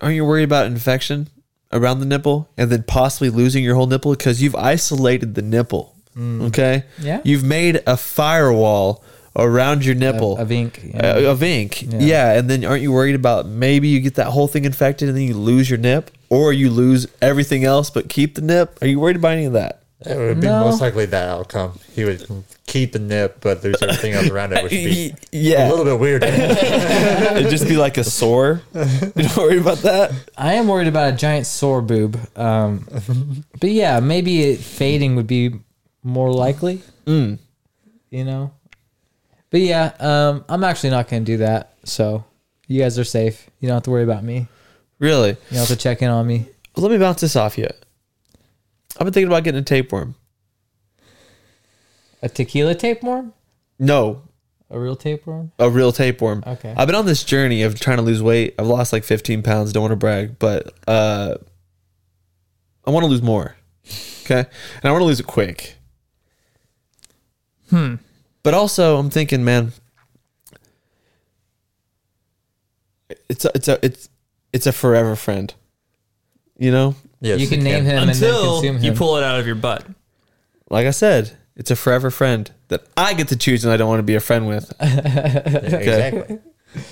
[SPEAKER 5] aren't you worried about infection around the nipple and then possibly losing your whole nipple because you've isolated the nipple? Okay,
[SPEAKER 2] Mm. Yeah.
[SPEAKER 5] you've made a firewall around your nipple
[SPEAKER 2] Of ink. you know.
[SPEAKER 5] uh, of ink. Yeah. and then aren't you worried about maybe you get that whole thing infected and then you lose your nip, or you lose everything else but keep the nip? Are you worried about any of that?
[SPEAKER 4] it would be
[SPEAKER 2] No.
[SPEAKER 4] most likely that outcome. He would keep the nip, but there's everything else around it, which would be a
[SPEAKER 5] Yeah,
[SPEAKER 4] little bit weird.
[SPEAKER 5] it'd just be like a sore. You don't worry about that.
[SPEAKER 2] I am worried about a giant sore boob. Um, but yeah, maybe it fading would be more likely. You know? But yeah, um, I'm actually not going to do that. So you guys are safe. You don't have to worry about me.
[SPEAKER 5] Really?
[SPEAKER 2] You don't have to check in on me.
[SPEAKER 5] Let me bounce this off yet. I've been thinking about getting a tapeworm.
[SPEAKER 2] A tequila tapeworm?
[SPEAKER 5] No,
[SPEAKER 2] A real tapeworm?
[SPEAKER 5] a real tapeworm.
[SPEAKER 2] Okay.
[SPEAKER 5] I've been on this journey of trying to lose weight. I've lost like 15 pounds. Don't want to brag, but uh, I want to lose more. Okay. And I want to lose it quick. Hmm. But also, I'm thinking, man, it's a, it's a it's it's a forever friend. You know,
[SPEAKER 4] yes,
[SPEAKER 2] you can
[SPEAKER 4] it
[SPEAKER 2] name him and
[SPEAKER 3] Until
[SPEAKER 2] then consume
[SPEAKER 3] you
[SPEAKER 2] him.
[SPEAKER 3] pull it out of your butt.
[SPEAKER 5] like I said, it's a forever friend that I get to choose, and I don't want to be a friend with.
[SPEAKER 4] Yeah, exactly.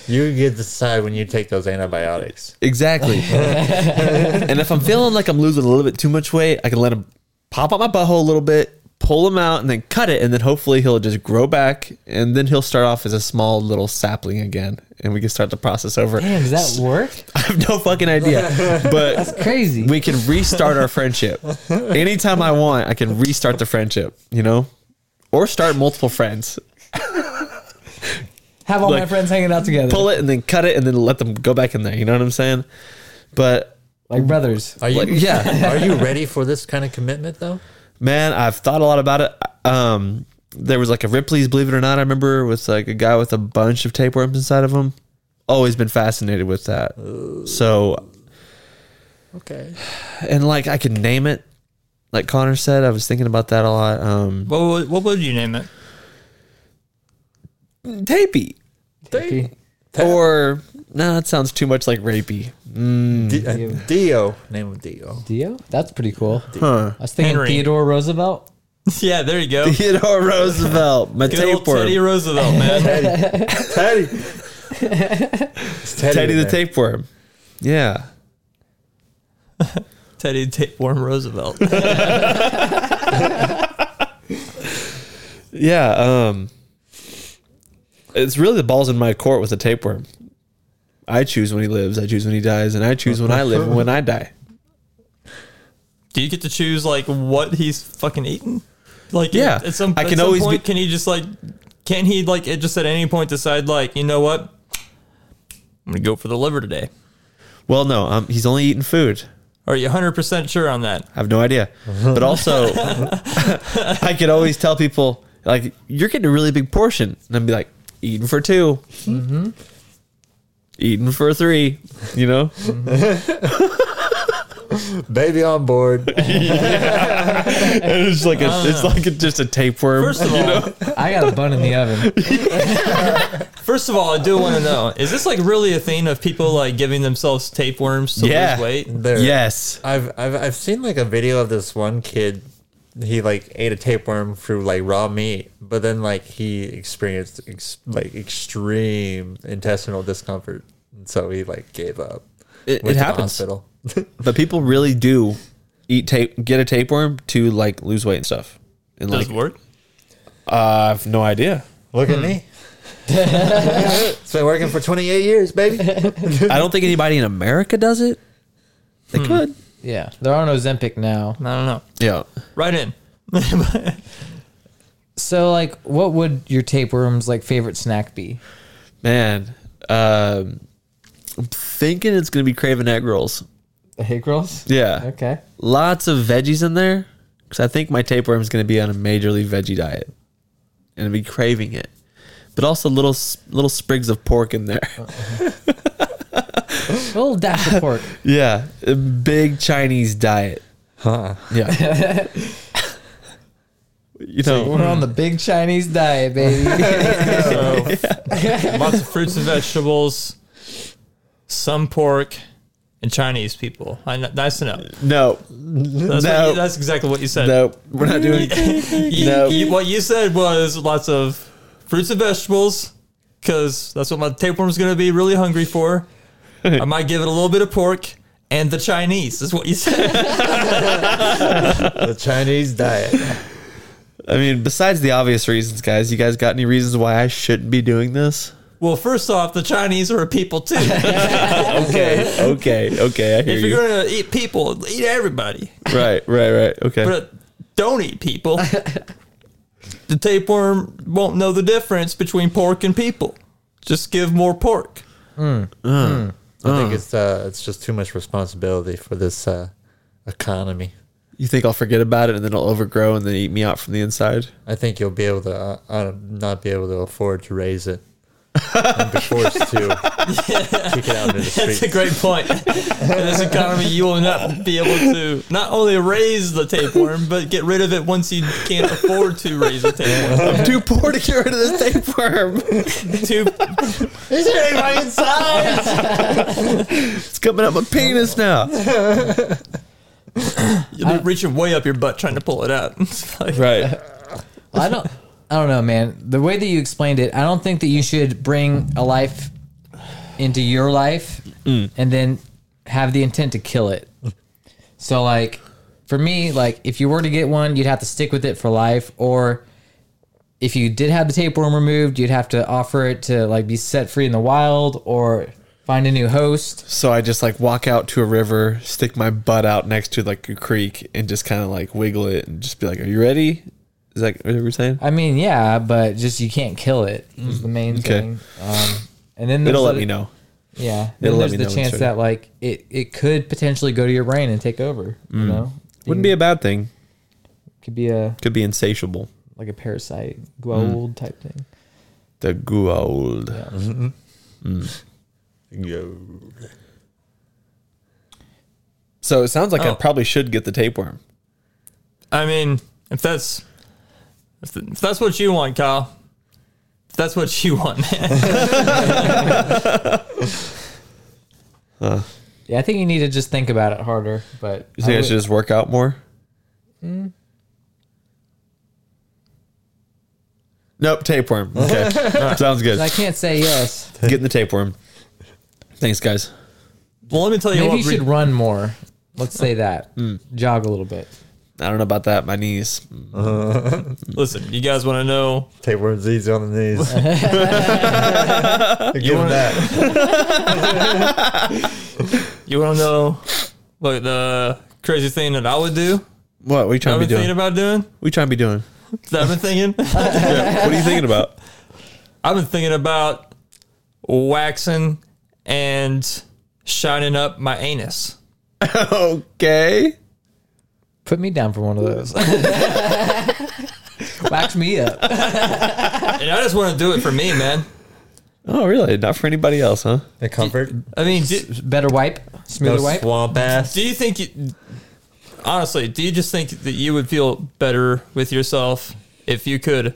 [SPEAKER 4] You get to decide when you take those antibiotics.
[SPEAKER 5] Exactly. and if I'm feeling like I'm losing a little bit too much weight, I can let him pop out my butthole a little bit, pull him out, and then cut it, and then hopefully he'll just grow back, and then he'll start off as a small little sapling again, and we can start the process over.
[SPEAKER 2] Damn, does that work?
[SPEAKER 5] I have no fucking idea, but
[SPEAKER 2] Crazy.
[SPEAKER 5] we can restart our friendship anytime I want. I can restart the friendship, you know, or start multiple friends.
[SPEAKER 2] Have all my
[SPEAKER 5] like,
[SPEAKER 2] friends hanging out together.
[SPEAKER 5] Pull it and then cut it and then let them go back in there. You know what I'm saying? But
[SPEAKER 2] Like brothers.
[SPEAKER 4] Are you?
[SPEAKER 5] like, yeah.
[SPEAKER 4] Are you ready for this kind of commitment though?
[SPEAKER 5] Man, I've thought a lot about it. Um, there was like a Ripley's, believe it or not. I remember with like a guy with a bunch of tapeworms inside of him. Always been fascinated with that. So,
[SPEAKER 4] Okay.
[SPEAKER 5] and like I could name it. Like Connor said, I was thinking about that a lot. Um,
[SPEAKER 3] What would, what would you name it?
[SPEAKER 5] tapey,
[SPEAKER 2] He-
[SPEAKER 5] or no, that sounds too much like rapey.
[SPEAKER 4] D- uh, Dio. Name of Dio.
[SPEAKER 2] Dio? That's pretty cool.
[SPEAKER 5] Huh.
[SPEAKER 2] I was thinking
[SPEAKER 3] Henry.
[SPEAKER 2] Theodore Roosevelt.
[SPEAKER 3] yeah, there you go.
[SPEAKER 5] Theodore Roosevelt, my
[SPEAKER 3] Good old Teddy
[SPEAKER 5] tapeworm,
[SPEAKER 3] Roosevelt, man.
[SPEAKER 4] Teddy. It's Teddy.
[SPEAKER 5] Teddy
[SPEAKER 4] in
[SPEAKER 5] the
[SPEAKER 4] there.
[SPEAKER 5] tapeworm. Yeah.
[SPEAKER 3] Teddy Tapeworm Roosevelt.
[SPEAKER 5] Yeah. Um, it's really the ball's in my court with the tapeworm. I choose when he lives, I choose when he dies, and I choose when I live and when I die.
[SPEAKER 3] Do you get to choose like what he's fucking eating? Like
[SPEAKER 5] Yeah.
[SPEAKER 3] at, at some,
[SPEAKER 5] I
[SPEAKER 3] at
[SPEAKER 5] can
[SPEAKER 3] some
[SPEAKER 5] always
[SPEAKER 3] point,
[SPEAKER 5] be-
[SPEAKER 3] can he just like can he like it just at any point decide like you know what I'm gonna go for the liver today?
[SPEAKER 5] Well, no, um, he's only eating food.
[SPEAKER 3] Are you 100 percent sure on that?
[SPEAKER 5] I have no idea. But also, I could always tell people, like, you're getting a really big portion. And I'd be like, eating for 2 eating for three, you know?
[SPEAKER 4] Baby on board.
[SPEAKER 5] and it's like a, it's like a, just a tapeworm.
[SPEAKER 3] First of all,
[SPEAKER 2] I got a bun in the oven.
[SPEAKER 3] first of all, I do want to know: is this like really a thing of people like giving themselves tapeworms to
[SPEAKER 5] Yeah.
[SPEAKER 3] lose weight?
[SPEAKER 4] There.
[SPEAKER 5] yes.
[SPEAKER 4] I've, I've I've seen like a video of this one kid. He like ate a tapeworm through like raw meat, but then like he experienced ex- like extreme intestinal discomfort, and so he like gave up.
[SPEAKER 5] It,
[SPEAKER 4] Went to
[SPEAKER 5] it
[SPEAKER 4] the
[SPEAKER 5] happens.
[SPEAKER 4] Hospital.
[SPEAKER 5] But people really do eat tape, get a tapeworm to like lose weight and stuff. And
[SPEAKER 3] Does
[SPEAKER 5] like,
[SPEAKER 3] it work?
[SPEAKER 5] I have no idea.
[SPEAKER 4] Look at me. it's been working for 28 years, baby.
[SPEAKER 5] I don't think anybody in America does it. They could.
[SPEAKER 2] Yeah, they're on Ozempic now.
[SPEAKER 3] I don't know.
[SPEAKER 5] Yeah.
[SPEAKER 3] Right in.
[SPEAKER 2] So, like, what would your tapeworm's like favorite snack be?
[SPEAKER 5] Man, um, I'm thinking it's gonna be craving egg rolls.
[SPEAKER 2] The egg rolls.
[SPEAKER 5] Yeah,
[SPEAKER 2] Okay.
[SPEAKER 5] lots of veggies in there because I think my tapeworm's gonna be on a majorly veggie diet and be craving it, but also little s- little sprigs of pork in there.
[SPEAKER 2] A little dash of pork.
[SPEAKER 5] yeah, a big Chinese diet.
[SPEAKER 4] Huh.
[SPEAKER 5] Yeah, you know,
[SPEAKER 2] We're on the big Chinese diet, baby.
[SPEAKER 3] So, lots of fruits and vegetables, some pork, and Chinese people. I know, nice to know.
[SPEAKER 5] no,
[SPEAKER 3] That's, what
[SPEAKER 5] No.
[SPEAKER 3] you- that's exactly what you said.
[SPEAKER 5] no, we're not doing.
[SPEAKER 3] You-
[SPEAKER 5] No.
[SPEAKER 3] you- what you said was lots of fruits and vegetables, because that's what my tapeworm's going to be really hungry for. I might give it a little bit of pork and the Chinese, is what you said.
[SPEAKER 4] The Chinese diet.
[SPEAKER 5] I mean, besides the obvious reasons, guys, you guys got any reasons why I shouldn't be doing this?
[SPEAKER 3] well, first off, the Chinese are a people too.
[SPEAKER 5] Okay, okay, okay. I hear
[SPEAKER 3] if
[SPEAKER 5] you.
[SPEAKER 3] you're going to eat people, eat everybody.
[SPEAKER 5] right, right, right. Okay.
[SPEAKER 3] but don't eat people. the tapeworm won't know the difference between pork and people. Just give more pork.
[SPEAKER 4] I think it's uh, it's just too much responsibility for this uh, economy.
[SPEAKER 5] you think I'll forget about it and then it'll overgrow and then eat me out from the inside?
[SPEAKER 4] I think you'll be able to uh, uh, not be able to afford to raise it. and be forced to kick it out into the
[SPEAKER 3] That's a
[SPEAKER 4] street.
[SPEAKER 3] great point. In this economy, you will not be able to not only raise the tapeworm, but get rid of it once you can't afford to raise the tapeworm.
[SPEAKER 5] I'm too poor to get rid of this tapeworm.
[SPEAKER 3] Too,
[SPEAKER 4] Is there anybody inside?
[SPEAKER 5] It's coming out my penis now.
[SPEAKER 3] you'll be reaching way up your butt trying to pull it out. It's like,
[SPEAKER 5] Right.
[SPEAKER 2] I don't. I don't know, man. The way that you explained it, I don't think that you should bring a life into your life
[SPEAKER 5] Mm.
[SPEAKER 2] and then have the intent to kill it. So, like, for me, like, if you were to get one, you'd have to stick with it for life, or if you did have the tapeworm removed, you'd have to offer it to like be set free in the wild or find a new host.
[SPEAKER 5] So I just like walk out to a river, stick my butt out next to like a creek and just kind of like wiggle it and just be like, Are you ready? Is that what you were saying?
[SPEAKER 2] I mean, yeah, but just you can't kill it is the main thing. Um, and then
[SPEAKER 5] It'll
[SPEAKER 2] there's
[SPEAKER 5] let
[SPEAKER 2] the-
[SPEAKER 5] me know.
[SPEAKER 2] Yeah, then
[SPEAKER 5] It'll
[SPEAKER 2] there's
[SPEAKER 5] let me
[SPEAKER 2] the
[SPEAKER 5] know when
[SPEAKER 2] chance
[SPEAKER 5] it's
[SPEAKER 2] that like it, it could potentially go to your brain and take over.
[SPEAKER 5] Mm.
[SPEAKER 2] You know,
[SPEAKER 5] Wouldn't be a bad thing.
[SPEAKER 2] it could be a
[SPEAKER 5] Could be insatiable.
[SPEAKER 2] like a parasite,
[SPEAKER 5] Mm.
[SPEAKER 2] gold type thing.
[SPEAKER 5] The gold. Mm.
[SPEAKER 4] Yo.
[SPEAKER 5] So it sounds like I
[SPEAKER 3] Oh.
[SPEAKER 5] probably should get the tapeworm.
[SPEAKER 3] I mean, if that's if, th- if that's what you want, Kyle, if that's what you want.
[SPEAKER 2] Yeah, I think you need to just think about it harder. But
[SPEAKER 5] You think I,
[SPEAKER 2] would-
[SPEAKER 5] should just work out more? Hmm. Nope, tapeworm. Okay, sounds good.
[SPEAKER 2] I can't say yes.
[SPEAKER 5] Getting the tapeworm. Thanks, guys.
[SPEAKER 3] Well, let me tell you
[SPEAKER 2] Maybe
[SPEAKER 3] what.
[SPEAKER 2] you
[SPEAKER 3] re-
[SPEAKER 2] should run more. Let's say that.
[SPEAKER 5] Mm.
[SPEAKER 2] Jog a little bit.
[SPEAKER 5] I don't know about that. My knees.
[SPEAKER 3] listen, you guys want to know?
[SPEAKER 4] Tapeworm's easy on the knees. Give him that.
[SPEAKER 3] You want to know? Like the crazy thing that I would do.
[SPEAKER 5] What? What are you trying
[SPEAKER 3] I've
[SPEAKER 5] to
[SPEAKER 3] been
[SPEAKER 5] be doing?
[SPEAKER 3] thinking about doing.
[SPEAKER 5] what are you trying to be doing?
[SPEAKER 3] That I've been
[SPEAKER 5] what
[SPEAKER 3] thinking.
[SPEAKER 5] are you thinking about?
[SPEAKER 3] I've been thinking about waxing and shining up my anus.
[SPEAKER 5] Okay.
[SPEAKER 2] Put me down for one of those. Wax me up.
[SPEAKER 3] And I just want to do it for me, man.
[SPEAKER 5] Oh, really? Not for anybody else, huh?
[SPEAKER 4] The comfort.
[SPEAKER 3] I mean, do,
[SPEAKER 2] Better wipe. Smoother
[SPEAKER 4] No
[SPEAKER 2] wipe.
[SPEAKER 4] swamp ass.
[SPEAKER 3] do you think, you, honestly, do you just think that you would feel better with yourself if you could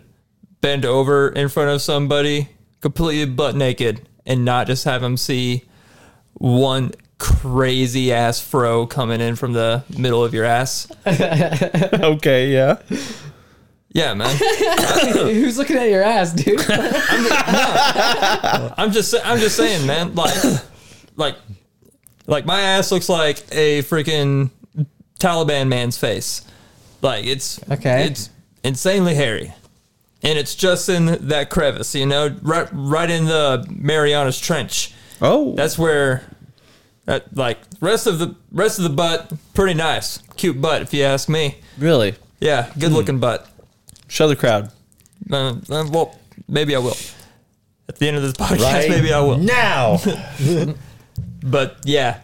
[SPEAKER 3] bend over in front of somebody completely butt naked and not just have them see one crazy ass fro coming in from the middle of your ass?
[SPEAKER 5] Okay, yeah.
[SPEAKER 3] Yeah, man.
[SPEAKER 2] Who's looking at your ass, dude?
[SPEAKER 3] I'm just I'm just saying, man. Like, like, like my ass looks like a freaking Taliban man's face. Like it's
[SPEAKER 2] Okay.
[SPEAKER 3] It's insanely hairy, and it's just in that crevice, you know, right right in the Marianas Trench.
[SPEAKER 5] Oh,
[SPEAKER 3] That's where, that like rest of the rest of the butt, pretty nice, cute butt, if you ask me.
[SPEAKER 5] really?
[SPEAKER 3] Yeah, good looking butt.
[SPEAKER 5] Show the crowd.
[SPEAKER 3] Uh, uh, well, maybe I will. At the end of this podcast,
[SPEAKER 4] Right
[SPEAKER 3] maybe I will.
[SPEAKER 4] Now.
[SPEAKER 3] But yeah,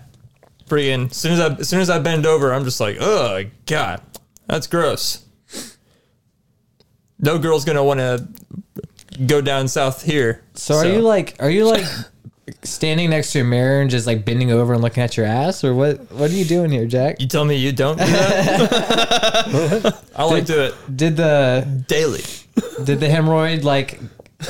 [SPEAKER 3] freaking. As soon as I as soon as I bend over, I'm just like, oh god, that's gross. No girl's gonna want to go down south here.
[SPEAKER 2] So are you like are you like standing next to a mirror and just like bending over and looking at your ass or what what are you doing here, Jack?
[SPEAKER 3] You tell me you don't do that. I like to do it
[SPEAKER 2] Did the
[SPEAKER 3] daily.
[SPEAKER 2] did the hemorrhoid like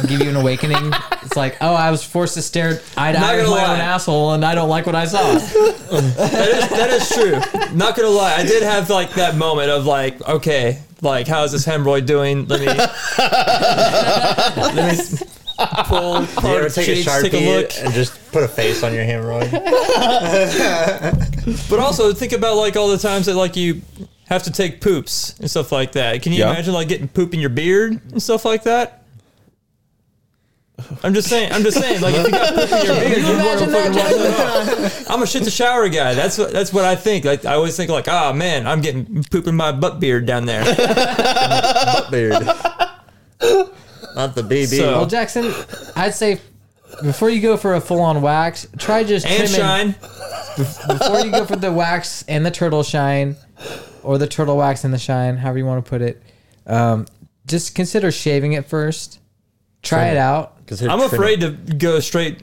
[SPEAKER 2] give you an awakening? It's like, oh, I was forced to stare eye to
[SPEAKER 3] Not
[SPEAKER 2] eye with
[SPEAKER 3] gonna
[SPEAKER 2] my
[SPEAKER 3] lie.
[SPEAKER 2] own asshole, and I don't like what I saw.
[SPEAKER 3] That is, that is true. Not gonna lie, I did have like that moment of like, okay, like how's this hemorrhoid doing? Let me let me pull.
[SPEAKER 4] Do you ever
[SPEAKER 3] apart
[SPEAKER 4] take a
[SPEAKER 3] cheeks,
[SPEAKER 4] sharpie
[SPEAKER 3] take a look.
[SPEAKER 4] and just put a face on your hemorrhoid?
[SPEAKER 3] But also think about like all the times that like you have to take poops and stuff like that. Can you
[SPEAKER 5] Yeah.
[SPEAKER 3] imagine like getting poop in your beard and stuff like that? I'm just saying. I'm just saying. Like if you got poop in your beard, you imagine I'm a shit the shower guy. That's what that's what I think. Like I always think like, ah man, I'm getting poop in my butt beard down there.
[SPEAKER 4] Butt beard. Not the BB.
[SPEAKER 3] So-
[SPEAKER 2] Well, Jackson, I'd say before you go for a full on wax, try just
[SPEAKER 3] And
[SPEAKER 2] trimming-
[SPEAKER 3] shine.
[SPEAKER 2] before you go for the wax and the turtle shine, or the turtle wax and the shine, however you want to put it, um, just consider shaving it first. Try it out.
[SPEAKER 4] 'Cause they're
[SPEAKER 3] I'm
[SPEAKER 4] trimming.
[SPEAKER 3] afraid to go straight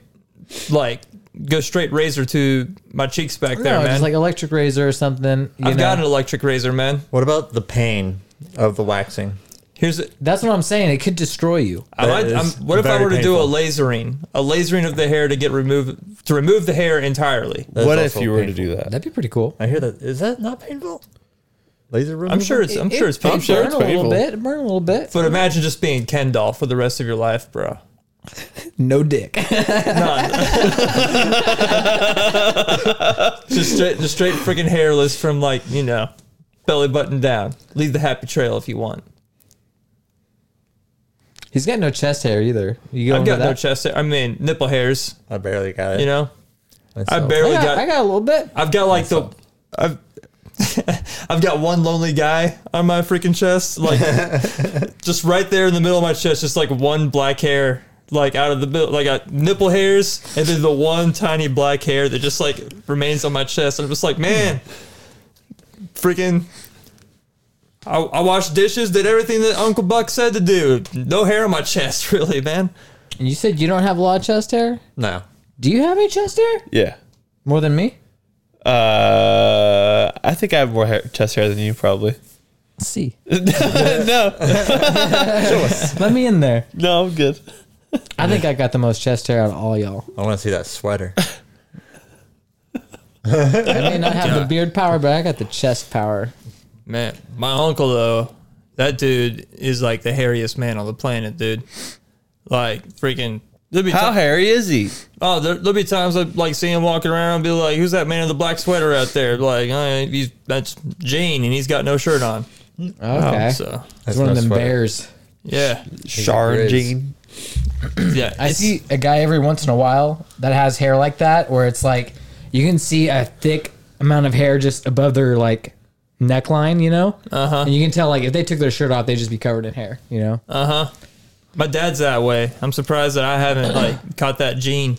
[SPEAKER 3] like go straight razor to my cheeks back there,
[SPEAKER 2] no,
[SPEAKER 3] man.
[SPEAKER 2] just like electric razor or something. You
[SPEAKER 3] I've
[SPEAKER 2] know.
[SPEAKER 3] got an electric razor, man.
[SPEAKER 4] What about the pain of the waxing?
[SPEAKER 3] Here's it.
[SPEAKER 2] That's what I'm saying. It could destroy you.
[SPEAKER 3] I
[SPEAKER 4] That
[SPEAKER 3] might,
[SPEAKER 4] is
[SPEAKER 3] I'm, what if I
[SPEAKER 4] very
[SPEAKER 3] were to do a
[SPEAKER 4] painful.
[SPEAKER 3] lasering, a lasering of the hair to get remove to remove the hair entirely?
[SPEAKER 4] That's
[SPEAKER 5] what if
[SPEAKER 4] also
[SPEAKER 5] you were to
[SPEAKER 4] painful.
[SPEAKER 5] do that?
[SPEAKER 2] That'd be pretty cool.
[SPEAKER 4] I hear that. Is that not painful? Laser room?
[SPEAKER 3] I'm sure it's I'm sure it's
[SPEAKER 2] It- it
[SPEAKER 3] painful,
[SPEAKER 2] burn
[SPEAKER 5] it's
[SPEAKER 2] a
[SPEAKER 5] painful.
[SPEAKER 2] little bit. it Burn a little bit.
[SPEAKER 3] but imagine just being Ken doll for the rest of your life, bro.
[SPEAKER 2] No dick.
[SPEAKER 3] Just straight, just straight freaking hairless from like you know, belly button down. Leave the happy trail if you want.
[SPEAKER 2] He's got no chest hair either. You go
[SPEAKER 3] I've
[SPEAKER 2] into
[SPEAKER 3] got
[SPEAKER 2] that?
[SPEAKER 3] no chest. hair. I mean nipple hairs.
[SPEAKER 4] I barely got it.
[SPEAKER 3] You know, I
[SPEAKER 4] myself.
[SPEAKER 3] barely
[SPEAKER 2] I, got,
[SPEAKER 3] got.
[SPEAKER 2] I got a little bit.
[SPEAKER 3] I've got like the. I've, I've got one lonely guy on my freaking chest, like just right there in the middle of my chest, just like one black hair, like out of the middle, like I got nipple hairs, and then the one tiny black hair that just like remains on my chest. I'm just like, man, freaking. I, I washed dishes, did everything that Uncle Buck said to do. No hair on my chest, really, man.
[SPEAKER 2] And you said you don't have a lot of chest hair.
[SPEAKER 4] No.
[SPEAKER 2] Do you have any chest hair?
[SPEAKER 5] Yeah.
[SPEAKER 2] More than me.
[SPEAKER 5] Uh, I think I have more hair, chest hair than you, probably.
[SPEAKER 2] Let's see.
[SPEAKER 5] no,
[SPEAKER 2] Let me in there.
[SPEAKER 5] no, I'm good.
[SPEAKER 2] I think I got the most chest hair out of all y'all.
[SPEAKER 4] I want to see that sweater.
[SPEAKER 2] I may not have the beard power, but I got the chest power.
[SPEAKER 3] Man, my uncle though, that dude is like the hairiest man on the planet, dude. Like freaking There'll be
[SPEAKER 5] How
[SPEAKER 3] ti-
[SPEAKER 5] hairy is he?
[SPEAKER 3] oh, there, will be times I like see him walking around and be like, "Who's that man in the black sweater out there?" Like, oh, he's that's Gene, and he's got no shirt on. Oh,
[SPEAKER 2] Okay.
[SPEAKER 3] So
[SPEAKER 2] It's one of
[SPEAKER 4] no
[SPEAKER 2] them
[SPEAKER 4] sweat.
[SPEAKER 2] bears.
[SPEAKER 3] yeah,
[SPEAKER 5] Shard
[SPEAKER 4] Grizz.
[SPEAKER 5] Gene.
[SPEAKER 3] yeah.
[SPEAKER 2] I see a guy every once in a while that has hair like that, where it's like you can see a thick amount of hair just above their like neckline, you know, uh-huh. and you can tell like if they took their shirt off, they'd just be covered in hair, you know.
[SPEAKER 3] Uh, My dad's that way. I'm surprised that I haven't like caught that gene.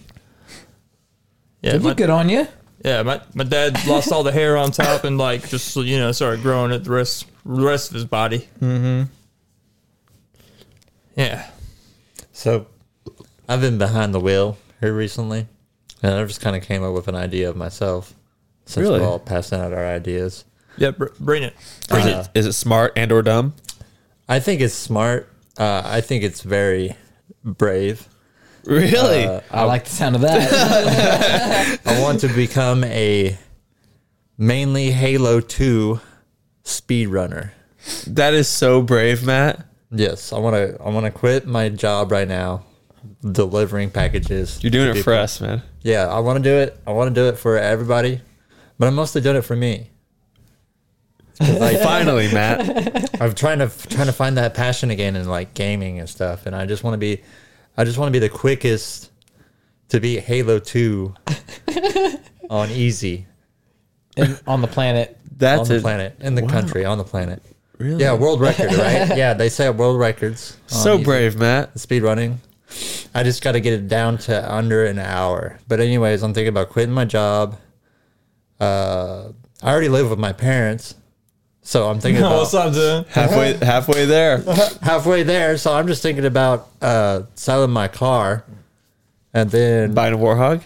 [SPEAKER 3] Yeah,
[SPEAKER 2] It'd
[SPEAKER 3] my,
[SPEAKER 2] look good on you.
[SPEAKER 3] yeah. My, my dad lost all the hair on top and like just you know started growing at the rest the rest of his body. Mm-hmm. Yeah.
[SPEAKER 4] So I've been behind the wheel here recently, and I just kind of came up with an idea of myself. Since
[SPEAKER 5] Really?
[SPEAKER 4] we're all passing out our ideas,
[SPEAKER 3] Yeah. Br- bring it.
[SPEAKER 5] Is
[SPEAKER 4] Uh,
[SPEAKER 5] it is it smart and or dumb?
[SPEAKER 4] I think it's smart. Uh, I think it's very brave.
[SPEAKER 5] Really?
[SPEAKER 2] I like the sound of that.
[SPEAKER 4] I want to become a mainly Halo Two speedrunner.
[SPEAKER 5] that is so brave, Matt.
[SPEAKER 4] Yes, I want to. I want to quit my job right now, delivering packages.
[SPEAKER 5] You're doing
[SPEAKER 4] to
[SPEAKER 5] it
[SPEAKER 4] people.
[SPEAKER 5] for us, man.
[SPEAKER 4] Yeah, I want to do it. I want to do it for everybody, but I'm mostly doing it for me. 'Cause, Like
[SPEAKER 5] Finally, Matt.
[SPEAKER 4] I'm trying to trying to find that passion again in like gaming and stuff, and I just want to be, I just want to be the quickest to beat Halo Two on easy
[SPEAKER 2] and on the planet,
[SPEAKER 5] That's
[SPEAKER 4] on the
[SPEAKER 5] a-
[SPEAKER 4] planet in the country on the planet.
[SPEAKER 5] Really?
[SPEAKER 4] Yeah, world record, right? yeah, they set world records. on
[SPEAKER 5] so
[SPEAKER 4] easy.
[SPEAKER 5] brave, Matt.
[SPEAKER 4] speed running. I just got to get it down to under an hour. But anyways, I'm thinking about quitting my job. Uh, I already live with my parents, so I'm thinking
[SPEAKER 5] Oh,
[SPEAKER 3] What's
[SPEAKER 4] about
[SPEAKER 3] up, dude?
[SPEAKER 5] Halfway halfway there.
[SPEAKER 4] halfway there. So I'm just thinking about uh, selling my car, and then
[SPEAKER 5] Buying a warhog?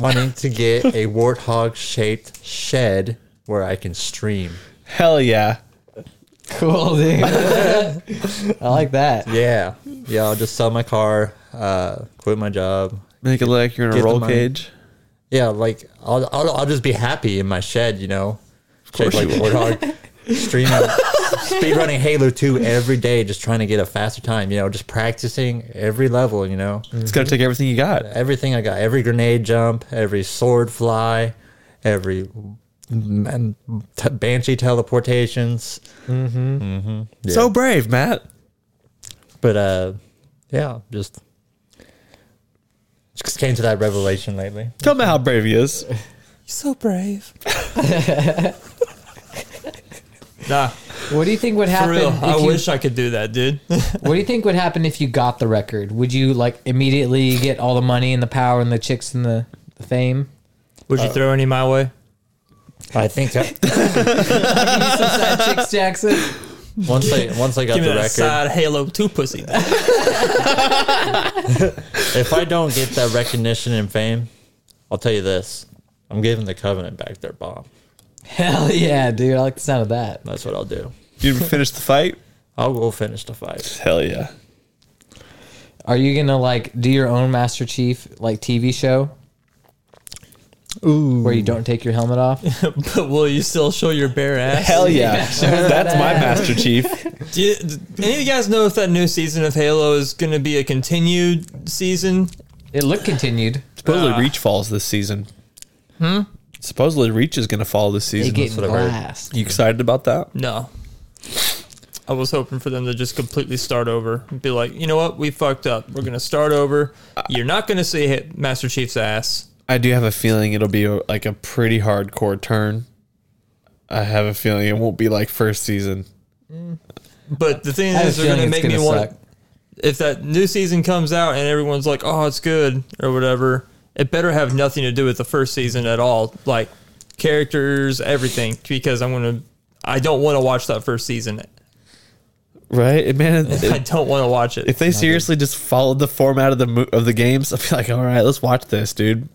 [SPEAKER 4] wanting to get a warthog shaped shed where I can stream.
[SPEAKER 5] Hell yeah.
[SPEAKER 2] cool dude. I like that.
[SPEAKER 4] Yeah, yeah. I'll just sell my car, uh, quit my job,
[SPEAKER 5] Make it like you're in a
[SPEAKER 4] Get the
[SPEAKER 5] roll
[SPEAKER 4] money.
[SPEAKER 5] cage.
[SPEAKER 4] Yeah, like I'll, I'll I'll just be happy in my shed, you know. Of
[SPEAKER 5] course
[SPEAKER 4] like
[SPEAKER 5] you will.
[SPEAKER 4] Warthog streaming, speedrunning Halo Two every day, just trying to get a faster time. You know, just practicing every level. You know,
[SPEAKER 5] It's gonna take everything you got.
[SPEAKER 4] everything I got, every grenade jump, every sword fly, every man, t- banshee teleportations.
[SPEAKER 5] So brave, Matt.
[SPEAKER 4] But uh, yeah, just just came to that revelation lately.
[SPEAKER 5] Tell me how brave he is.
[SPEAKER 3] So brave. nah,
[SPEAKER 2] What do you think would
[SPEAKER 3] for
[SPEAKER 2] happen?
[SPEAKER 3] real. I
[SPEAKER 2] if you-
[SPEAKER 3] wish I could do that, dude.
[SPEAKER 2] What do you think would happen if you got the record? Would you like immediately get all the money and the power and the chicks and the, the fame?
[SPEAKER 3] Would you throw any my way?
[SPEAKER 4] I think I-
[SPEAKER 2] Sad chicks, Jackson.
[SPEAKER 4] once I once I got
[SPEAKER 3] Give me
[SPEAKER 4] the
[SPEAKER 3] that
[SPEAKER 4] record.
[SPEAKER 3] side Halo Two pussy.
[SPEAKER 4] if I don't get that recognition and fame, I'll tell you this: I'm giving the Covenant back their bomb.
[SPEAKER 2] Hell yeah, dude. I like the sound of that.
[SPEAKER 4] That's what I'll do.
[SPEAKER 5] You finish the fight?
[SPEAKER 4] I'll go finish the fight.
[SPEAKER 5] Hell yeah.
[SPEAKER 2] Are you gonna like do your own Master Chief like TV show? Ooh. Where you don't take your helmet off?
[SPEAKER 3] but will you still show your bare ass?
[SPEAKER 5] Hell yeah. That's my Master Chief.
[SPEAKER 3] Do you, do any of you guys know if that new season of Halo is going to be a continued season?
[SPEAKER 2] It looked continued.
[SPEAKER 5] Supposedly Reach falls this season. Hmm? Supposedly Reach is gonna fall this
[SPEAKER 2] It
[SPEAKER 5] season.
[SPEAKER 2] getting
[SPEAKER 4] what I heard.
[SPEAKER 2] blast.
[SPEAKER 5] you excited about that?
[SPEAKER 3] No. I was hoping for them to just completely start over and be like, you know what, we fucked up. We're going to start over. You're not going to see hit Master Chief's ass.
[SPEAKER 5] I do have a feeling it'll be a, like a pretty hardcore turn. I have a feeling it won't be like first season.
[SPEAKER 3] But the thing
[SPEAKER 2] I have a
[SPEAKER 3] is, they're
[SPEAKER 2] feeling
[SPEAKER 3] going to
[SPEAKER 2] it's
[SPEAKER 3] make
[SPEAKER 2] gonna
[SPEAKER 3] me want.
[SPEAKER 2] suck.
[SPEAKER 3] If that new season comes out and everyone's like, oh, it's good or whatever, it better have nothing to do with the first season at all. Like characters, everything, because I'm going to. I don't want to watch that first season.
[SPEAKER 5] Right? Man, it-
[SPEAKER 3] I don't want to watch it.
[SPEAKER 5] if they seriously just followed the format of the mo- of the games, I'd be like, "All right, let's watch this, dude.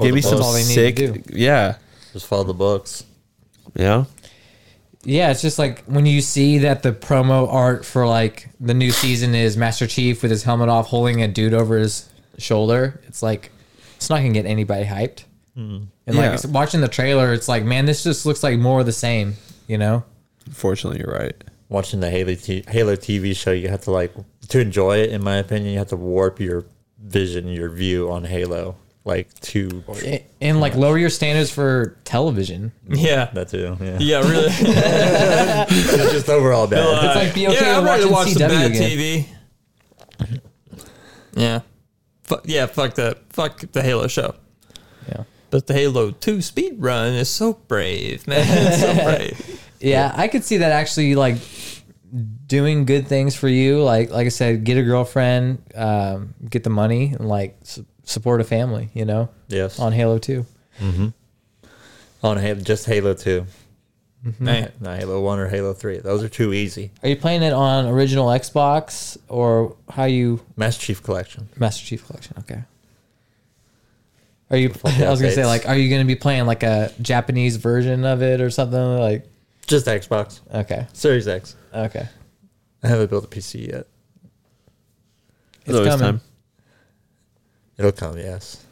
[SPEAKER 5] Give
[SPEAKER 4] the
[SPEAKER 5] me some
[SPEAKER 2] books. That's all they need
[SPEAKER 5] sick,
[SPEAKER 2] to
[SPEAKER 5] yeah,
[SPEAKER 4] Just follow the books.
[SPEAKER 5] yeah."
[SPEAKER 2] Yeah, it's just like when you see that the promo art for like the new season is Master Chief with his helmet off holding a dude over his shoulder. It's like it's not gonna get anybody hyped.
[SPEAKER 3] Mm-hmm.
[SPEAKER 2] And
[SPEAKER 5] Yeah.
[SPEAKER 2] like it's- watching the trailer, it's like, man, this just looks like more of the same, you know?
[SPEAKER 5] Unfortunately, you're right.
[SPEAKER 4] Watching the Halo, t- Halo TV show, you have to like to enjoy it, in my opinion, you have to warp your vision, your view on Halo, like to
[SPEAKER 2] A- and like lower your standards for television.
[SPEAKER 3] Yeah.
[SPEAKER 4] that too. Yeah,
[SPEAKER 3] Yeah, really.
[SPEAKER 4] it's just overall bad.
[SPEAKER 2] It's like be okay with
[SPEAKER 3] yeah, I'm ready
[SPEAKER 2] watching
[SPEAKER 3] to watch
[SPEAKER 2] CW
[SPEAKER 3] the bad
[SPEAKER 2] again.
[SPEAKER 3] TV. Yeah. Fu yeah, fuck that. Fuck the Halo show.
[SPEAKER 2] Yeah.
[SPEAKER 3] But the Halo 2 speed run is so brave, man. It's so brave.
[SPEAKER 2] Yeah, I could see that actually like doing good things for you. Like like I said, get a girlfriend, um, get the money, and like su- support a family. You know,
[SPEAKER 4] Yes,
[SPEAKER 2] on
[SPEAKER 4] on,
[SPEAKER 2] Halo Two.
[SPEAKER 4] Halo, just Halo Two,
[SPEAKER 3] Man.
[SPEAKER 4] not Halo One or Halo Three. Those are too easy.
[SPEAKER 2] Are you playing it on original Xbox or how you
[SPEAKER 4] Master Chief Collection.
[SPEAKER 2] Master Chief Collection? Okay. Are you? I was gonna say
[SPEAKER 4] updates.
[SPEAKER 2] like, are you gonna be playing like a Japanese version of it or something? Like,
[SPEAKER 4] Just Xbox
[SPEAKER 2] okay,
[SPEAKER 4] Series X.
[SPEAKER 2] okay,
[SPEAKER 4] I haven't built a PC yet.
[SPEAKER 5] It's always time.
[SPEAKER 4] It'll come, yes.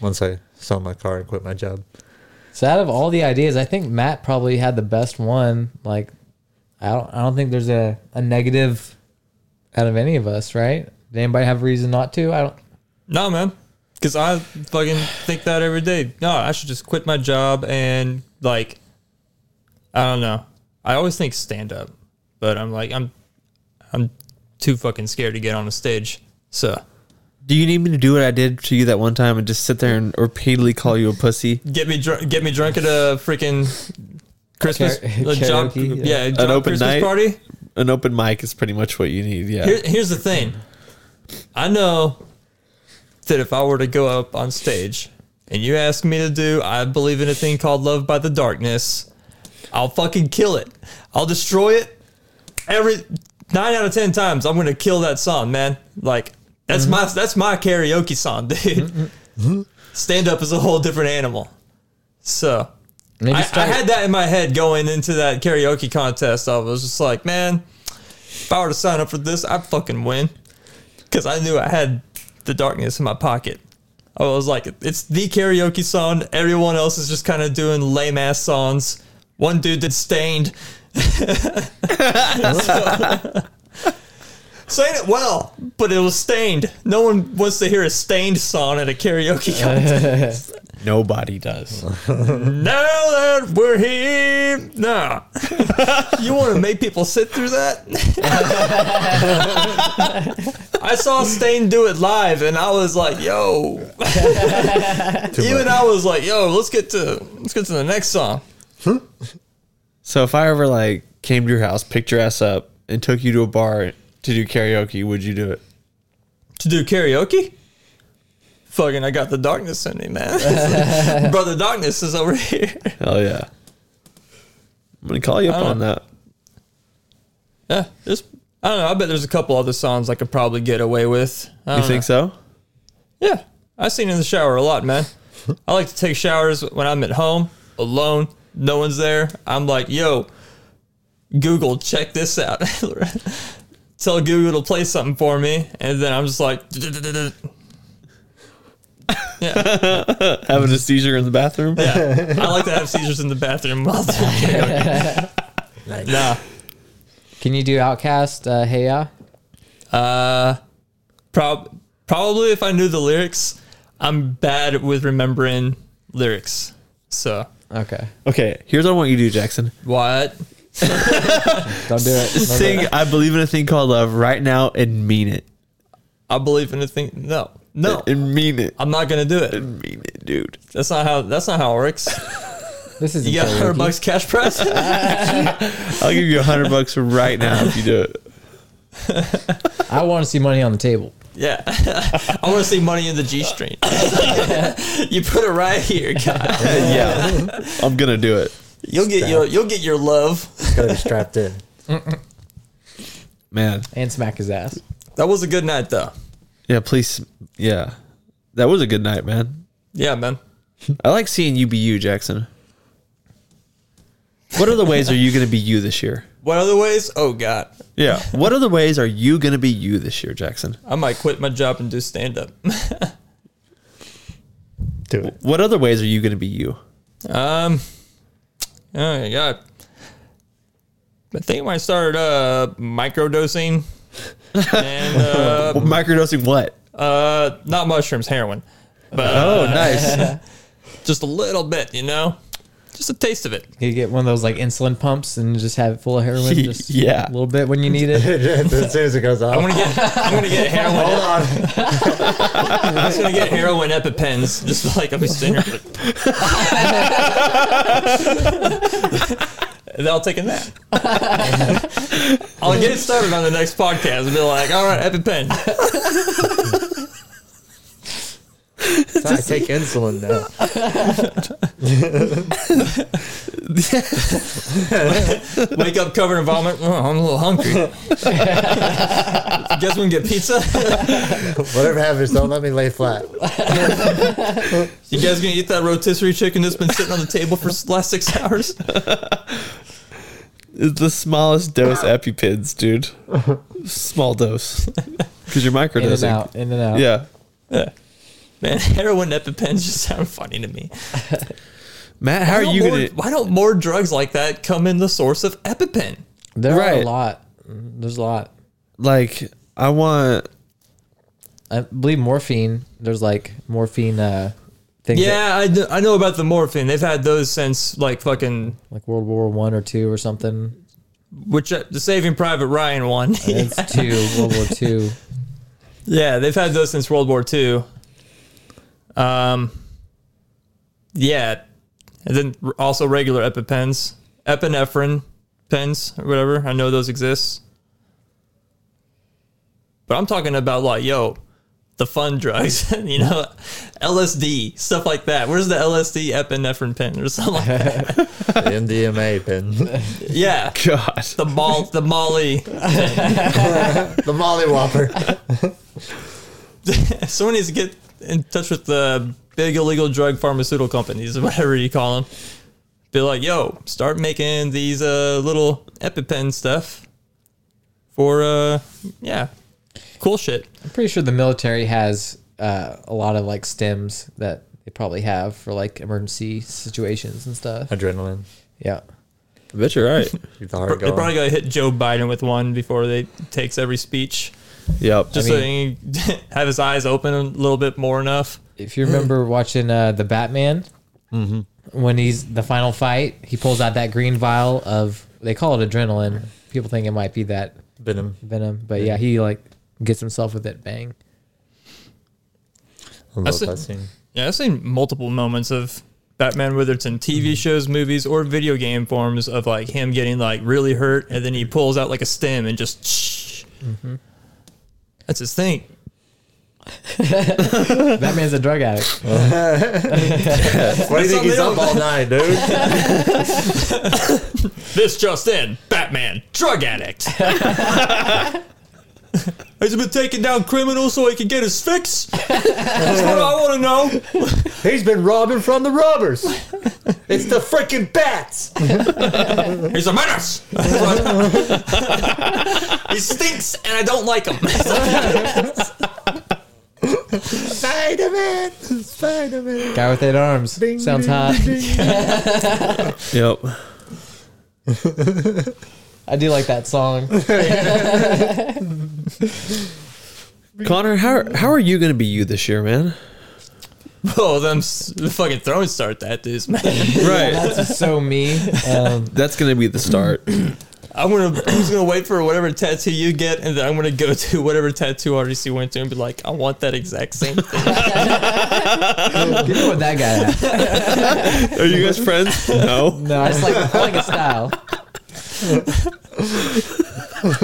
[SPEAKER 4] Once I sell my car and quit my job.
[SPEAKER 2] So out of all the ideas, I think Matt probably had the best one. Like, I don't, I don't think there's a, a negative out of any of us, right? Did anybody have a reason not to? I don't.
[SPEAKER 3] No, man. Because I fucking think that every day. No, I should just quit my job and, like, I don't know. I always think stand up, but I'm like, I'm, I'm too fucking scared to get on a stage. So
[SPEAKER 5] Do you need me to do what I did to you that one time and just sit there and repeatedly call you a pussy?
[SPEAKER 3] Get me drunk. Get me drunk at a freaking Christmas
[SPEAKER 2] Kara-
[SPEAKER 3] a job.
[SPEAKER 2] karaoke,
[SPEAKER 3] Yeah, a job
[SPEAKER 5] open
[SPEAKER 3] Christmas
[SPEAKER 5] night?
[SPEAKER 3] party.
[SPEAKER 5] An open mic is pretty much what you need. Yeah.
[SPEAKER 3] Here, here's the thing. I know that if I were to go up on stage and you ask me to do, I believe in a thing called love by the darkness. I'll fucking kill it. I'll destroy it. Every nine out of ten times, I'm gonna kill that song, man. Like that's my that's my karaoke song, dude. Stand up is a whole different animal. So
[SPEAKER 2] Maybe
[SPEAKER 3] I, I
[SPEAKER 2] start.
[SPEAKER 3] had that in my head going into that karaoke contest. I was just like, man, if I were to sign up for this, I'd fucking win. Because I knew I had the darkness in my pocket. I was like, it's the karaoke song. Everyone else is just kind of doing lame ass songs. One dude did stained. so, saying it well, but it was stained. No one wants to hear a stained song at a karaoke contest.
[SPEAKER 5] Nobody does.
[SPEAKER 3] Now that we're here, nah. you want to make people sit through that? I saw Stain do it live, and I was like, "Yo!" Even I was like, "Yo, let's get to let's get to the next song."
[SPEAKER 5] So if I ever like came to your house, picked your ass up, and took you to a bar to do karaoke, would you do it?
[SPEAKER 3] to do karaoke? Fucking, I got the darkness in me, man. Brother Darkness is over here.
[SPEAKER 5] Hell yeah. I'm gonna call you up
[SPEAKER 3] don't
[SPEAKER 5] on that.
[SPEAKER 3] Yeah, there's, I don't know. I bet there's a couple other songs I could probably get away with. I
[SPEAKER 5] You
[SPEAKER 3] don't
[SPEAKER 5] think so?
[SPEAKER 3] Yeah, I've seen in the shower a lot, man. I like to take showers when I'm at home, alone, no one's there. I'm like, yo, Google, check this out. Tell Google to play something for me, and then I'm just like, yeah,
[SPEAKER 5] Having a seizure in the bathroom?
[SPEAKER 3] yeah. I like to have seizures in the bathroom while doing karaoke. Nah,
[SPEAKER 2] Can you do Outcast? Uh, hey ya.
[SPEAKER 3] prob- probably if I knew the lyrics, I'm bad with remembering lyrics. So
[SPEAKER 2] Okay,
[SPEAKER 5] Okay, here's what I want you to do, Jackson.
[SPEAKER 3] what?
[SPEAKER 2] don't do it. Don't do
[SPEAKER 5] Sing I believe in a thing called love right now and mean it.
[SPEAKER 3] I believe in a thing. No, no.
[SPEAKER 5] And mean it.
[SPEAKER 3] I'm not gonna do it.
[SPEAKER 5] And mean it, dude.
[SPEAKER 3] That's not how. That's not how it works.
[SPEAKER 2] it. This is
[SPEAKER 3] You got a hundred bucks cash prize.
[SPEAKER 5] I'll give you a hundred bucks right now if you do it.
[SPEAKER 2] I want to see money on the table.
[SPEAKER 3] yeah, I want to see money in the G string. you put it right here, guy.
[SPEAKER 5] Uh, yeah. I'm gonna do it.
[SPEAKER 3] You'll get your. You'll get your love.
[SPEAKER 4] It's gotta be strapped in.
[SPEAKER 5] Man.
[SPEAKER 2] And smack his ass.
[SPEAKER 3] That was a good night, though.
[SPEAKER 5] Yeah, please yeah. That was a good night, man.
[SPEAKER 3] Yeah, man.
[SPEAKER 5] I like seeing you be you, Jackson. What other ways are you gonna be you this year?
[SPEAKER 3] What other ways? Oh God,
[SPEAKER 5] Yeah. What other ways are you gonna be you this year, Jackson?
[SPEAKER 3] I might quit my job and do stand up.
[SPEAKER 4] Do it.
[SPEAKER 5] What other ways are you gonna be you?
[SPEAKER 3] um. Oh my God. I think I might start uh microdosing and
[SPEAKER 5] Um,
[SPEAKER 3] uh,
[SPEAKER 5] Microdosing what?
[SPEAKER 3] uh, not mushrooms, heroin, but
[SPEAKER 5] Oh,
[SPEAKER 3] uh,
[SPEAKER 5] nice.
[SPEAKER 3] just a little bit, you know, just a taste of it.
[SPEAKER 2] You get one of those like insulin pumps and just have it full of heroin. Just
[SPEAKER 5] Yeah.
[SPEAKER 2] a little bit when you need it.
[SPEAKER 4] as soon as it goes off.
[SPEAKER 3] I'm gonna get, I'm gonna get heroin. Hold on, I'm just gonna get heroin epipens, just like I'm sitting here. and then I'll take a nap. I'll get it started on the next podcast and be like, all right, EpiPen.
[SPEAKER 4] I take insulin now.
[SPEAKER 3] Wake up covered in vomit. Oh, I'm a little hungry. Guess we can get pizza.
[SPEAKER 4] Whatever happens, don't let me lay flat.
[SPEAKER 3] You guys gonna eat that rotisserie chicken that's been sitting on the table for the last six hours?
[SPEAKER 5] It's the smallest dose EpiPens, dude. Small dose. Because you're
[SPEAKER 2] In and
[SPEAKER 5] microdosing.
[SPEAKER 2] out, in and out.
[SPEAKER 5] Yeah.
[SPEAKER 3] Man, heroin EpiPens just sound funny to me.
[SPEAKER 5] Matt, how are
[SPEAKER 3] Why don't
[SPEAKER 5] you
[SPEAKER 3] more,
[SPEAKER 5] going to.
[SPEAKER 3] Why don't more drugs like that come in the source of EpiPen?
[SPEAKER 2] There are a
[SPEAKER 5] Right.
[SPEAKER 2] lot. There's a lot.
[SPEAKER 5] Like, I want.
[SPEAKER 2] I believe morphine. There's like morphine uh, things. that-
[SPEAKER 3] Yeah, I, kn- I know about the morphine. They've had those since like fucking
[SPEAKER 2] like World War One or two or something.
[SPEAKER 3] which uh, the Saving Private Ryan one.
[SPEAKER 2] It's two World War Two.
[SPEAKER 3] yeah, they've had those since World War II. Um, yeah, and then r- also regular EpiPens, epinephrine pens or whatever. I know those exist, but I'm talking about like yo, the fun drugs, you know, LSD stuff like that. Where's the LSD epinephrine pen or something like that?
[SPEAKER 4] MDMA pin.
[SPEAKER 3] Yeah,
[SPEAKER 5] God.
[SPEAKER 3] the ball, the Molly.
[SPEAKER 4] The Molly Whopper.
[SPEAKER 3] Someone needs to get in touch with the big illegal drug pharmaceutical companies, or whatever you call them. Be like, yo, start making these uh, little EpiPen stuff for, uh, yeah, cool shit.
[SPEAKER 2] I'm pretty sure the military has uh, a lot of like stems that they probably have for like emergency situations and stuff.
[SPEAKER 4] Adrenaline.
[SPEAKER 2] Yeah.
[SPEAKER 5] I bet you're right.
[SPEAKER 4] Keep the heart
[SPEAKER 3] They probably
[SPEAKER 4] going.
[SPEAKER 3] got to hit Joe Biden with one before they takes every speech,
[SPEAKER 5] Yep.
[SPEAKER 3] just so he can have his eyes open a little bit more enough.
[SPEAKER 2] If you remember watching uh, the Batman, when he's the final fight, he pulls out that green vial of they call it adrenaline. People think it might be that
[SPEAKER 4] Venom.
[SPEAKER 2] venom, but yeah, he like gets himself with it. Bang.
[SPEAKER 4] I love
[SPEAKER 3] see-
[SPEAKER 4] that scene.
[SPEAKER 3] Yeah, I've seen multiple moments of Batman, whether it's in TV shows, movies, or video game forms, of like him getting like really hurt, and then he pulls out like a stem and just. That's his thing.
[SPEAKER 2] Batman's a drug addict.
[SPEAKER 4] Why do you think he's up
[SPEAKER 3] something
[SPEAKER 4] all night, dude?
[SPEAKER 3] This just in: Batman, drug addict. Has he been taking down criminals so he can get his fix? That's what I want to know.
[SPEAKER 4] He's been robbing from the robbers. It's the freaking bats.
[SPEAKER 3] He's a menace. he stinks, and I don't like him.
[SPEAKER 4] Spider Man. Spider Man.
[SPEAKER 2] Guy with eight arms. Sounds hot.
[SPEAKER 5] Yep.
[SPEAKER 2] I do like that song.
[SPEAKER 5] Connor, how, how are you going to be you this year, man?
[SPEAKER 3] Oh, them s- fucking throwing start tattoos, man.
[SPEAKER 5] Right.
[SPEAKER 2] That's so me. Um,
[SPEAKER 5] That's going to be the start.
[SPEAKER 3] I'm gonna I'm just gonna wait for whatever tattoo you get, and then I'm gonna go to whatever tattoo artist you went to and be like, I want that exact same thing.
[SPEAKER 2] you know what that guy had.
[SPEAKER 5] Are you guys friends? No.
[SPEAKER 2] No, I just like, I like a style.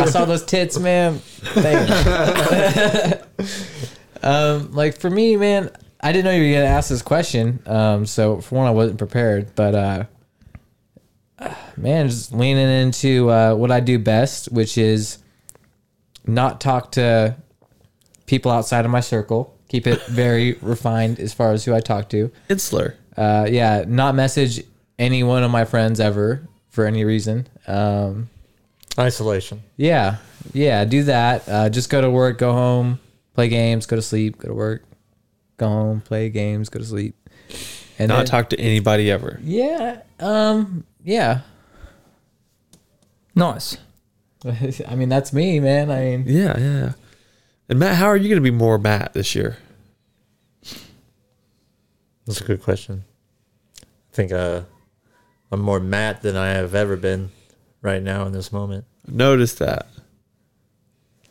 [SPEAKER 2] I saw those tits, man. Damn. um, like for me, man, I didn't know you were gonna ask this question. Um, so for one, I wasn't prepared, but uh, man, just leaning into uh, what I do best, which is not talk to people outside of my circle. Keep it very refined as far as who I talk to.
[SPEAKER 5] Insular.
[SPEAKER 2] uh, yeah, not message any one of my friends ever for any reason. Um,
[SPEAKER 4] Isolation.
[SPEAKER 2] yeah, yeah, do that. Uh, just go to work, go home, play games, go to sleep, go to work, go home, play games, go to sleep, and
[SPEAKER 5] Not
[SPEAKER 2] then-
[SPEAKER 5] talk to anybody ever.
[SPEAKER 2] Yeah, um, yeah,
[SPEAKER 3] Nice.
[SPEAKER 2] I mean, that's me, man. I mean,
[SPEAKER 5] Yeah, yeah. And Matt, how are you going to be more Matt this year?
[SPEAKER 4] That's a good question. I think uh, I'm more Matt than I have ever been right now in this moment,
[SPEAKER 5] Notice that.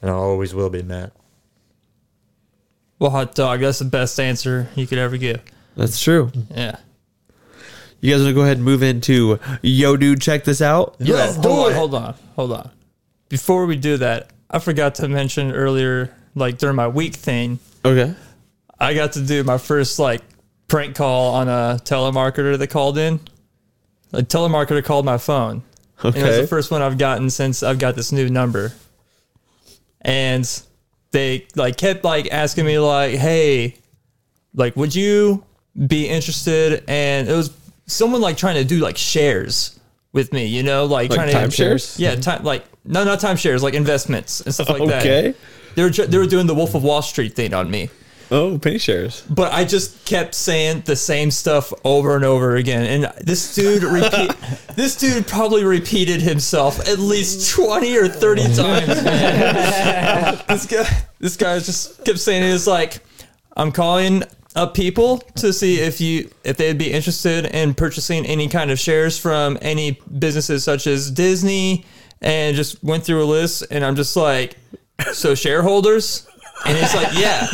[SPEAKER 4] and I always will be Matt.
[SPEAKER 3] Well, hot dog. That's the best answer you could ever give.
[SPEAKER 5] That's true.
[SPEAKER 3] Yeah.
[SPEAKER 5] You guys want to go ahead and move into Yo, dude, check this out.
[SPEAKER 4] Let's
[SPEAKER 3] hold on, Hold on, hold on. Before we do that, I forgot to mention earlier, like during my week thing,
[SPEAKER 5] Okay.
[SPEAKER 3] I got to do my first like prank call on a telemarketer that called in. A telemarketer called my phone.
[SPEAKER 5] Okay.
[SPEAKER 3] And it was the first one I've gotten since I've got this new number. And they like kept like asking me like, "Hey, like would you be interested?" And it was someone like trying to do like shares with me, you know, like,
[SPEAKER 5] Like
[SPEAKER 3] trying to
[SPEAKER 5] timeshares?
[SPEAKER 3] Yeah, time like no, not timeshares, like investments and stuff like that.
[SPEAKER 5] Okay.
[SPEAKER 3] They were tr- they were doing the Wolf of Wall Street thing on me
[SPEAKER 5] Oh, penny shares.
[SPEAKER 3] but I just kept saying the same stuff over and over again. And this dude repeat this dude probably repeated himself at least twenty or thirty times. man. this guy this guy just kept saying it's like I'm calling up people to see if you if they'd be interested in purchasing any kind of shares from any businesses such as Disney and just went through a list and I'm just like so shareholders and he's like yeah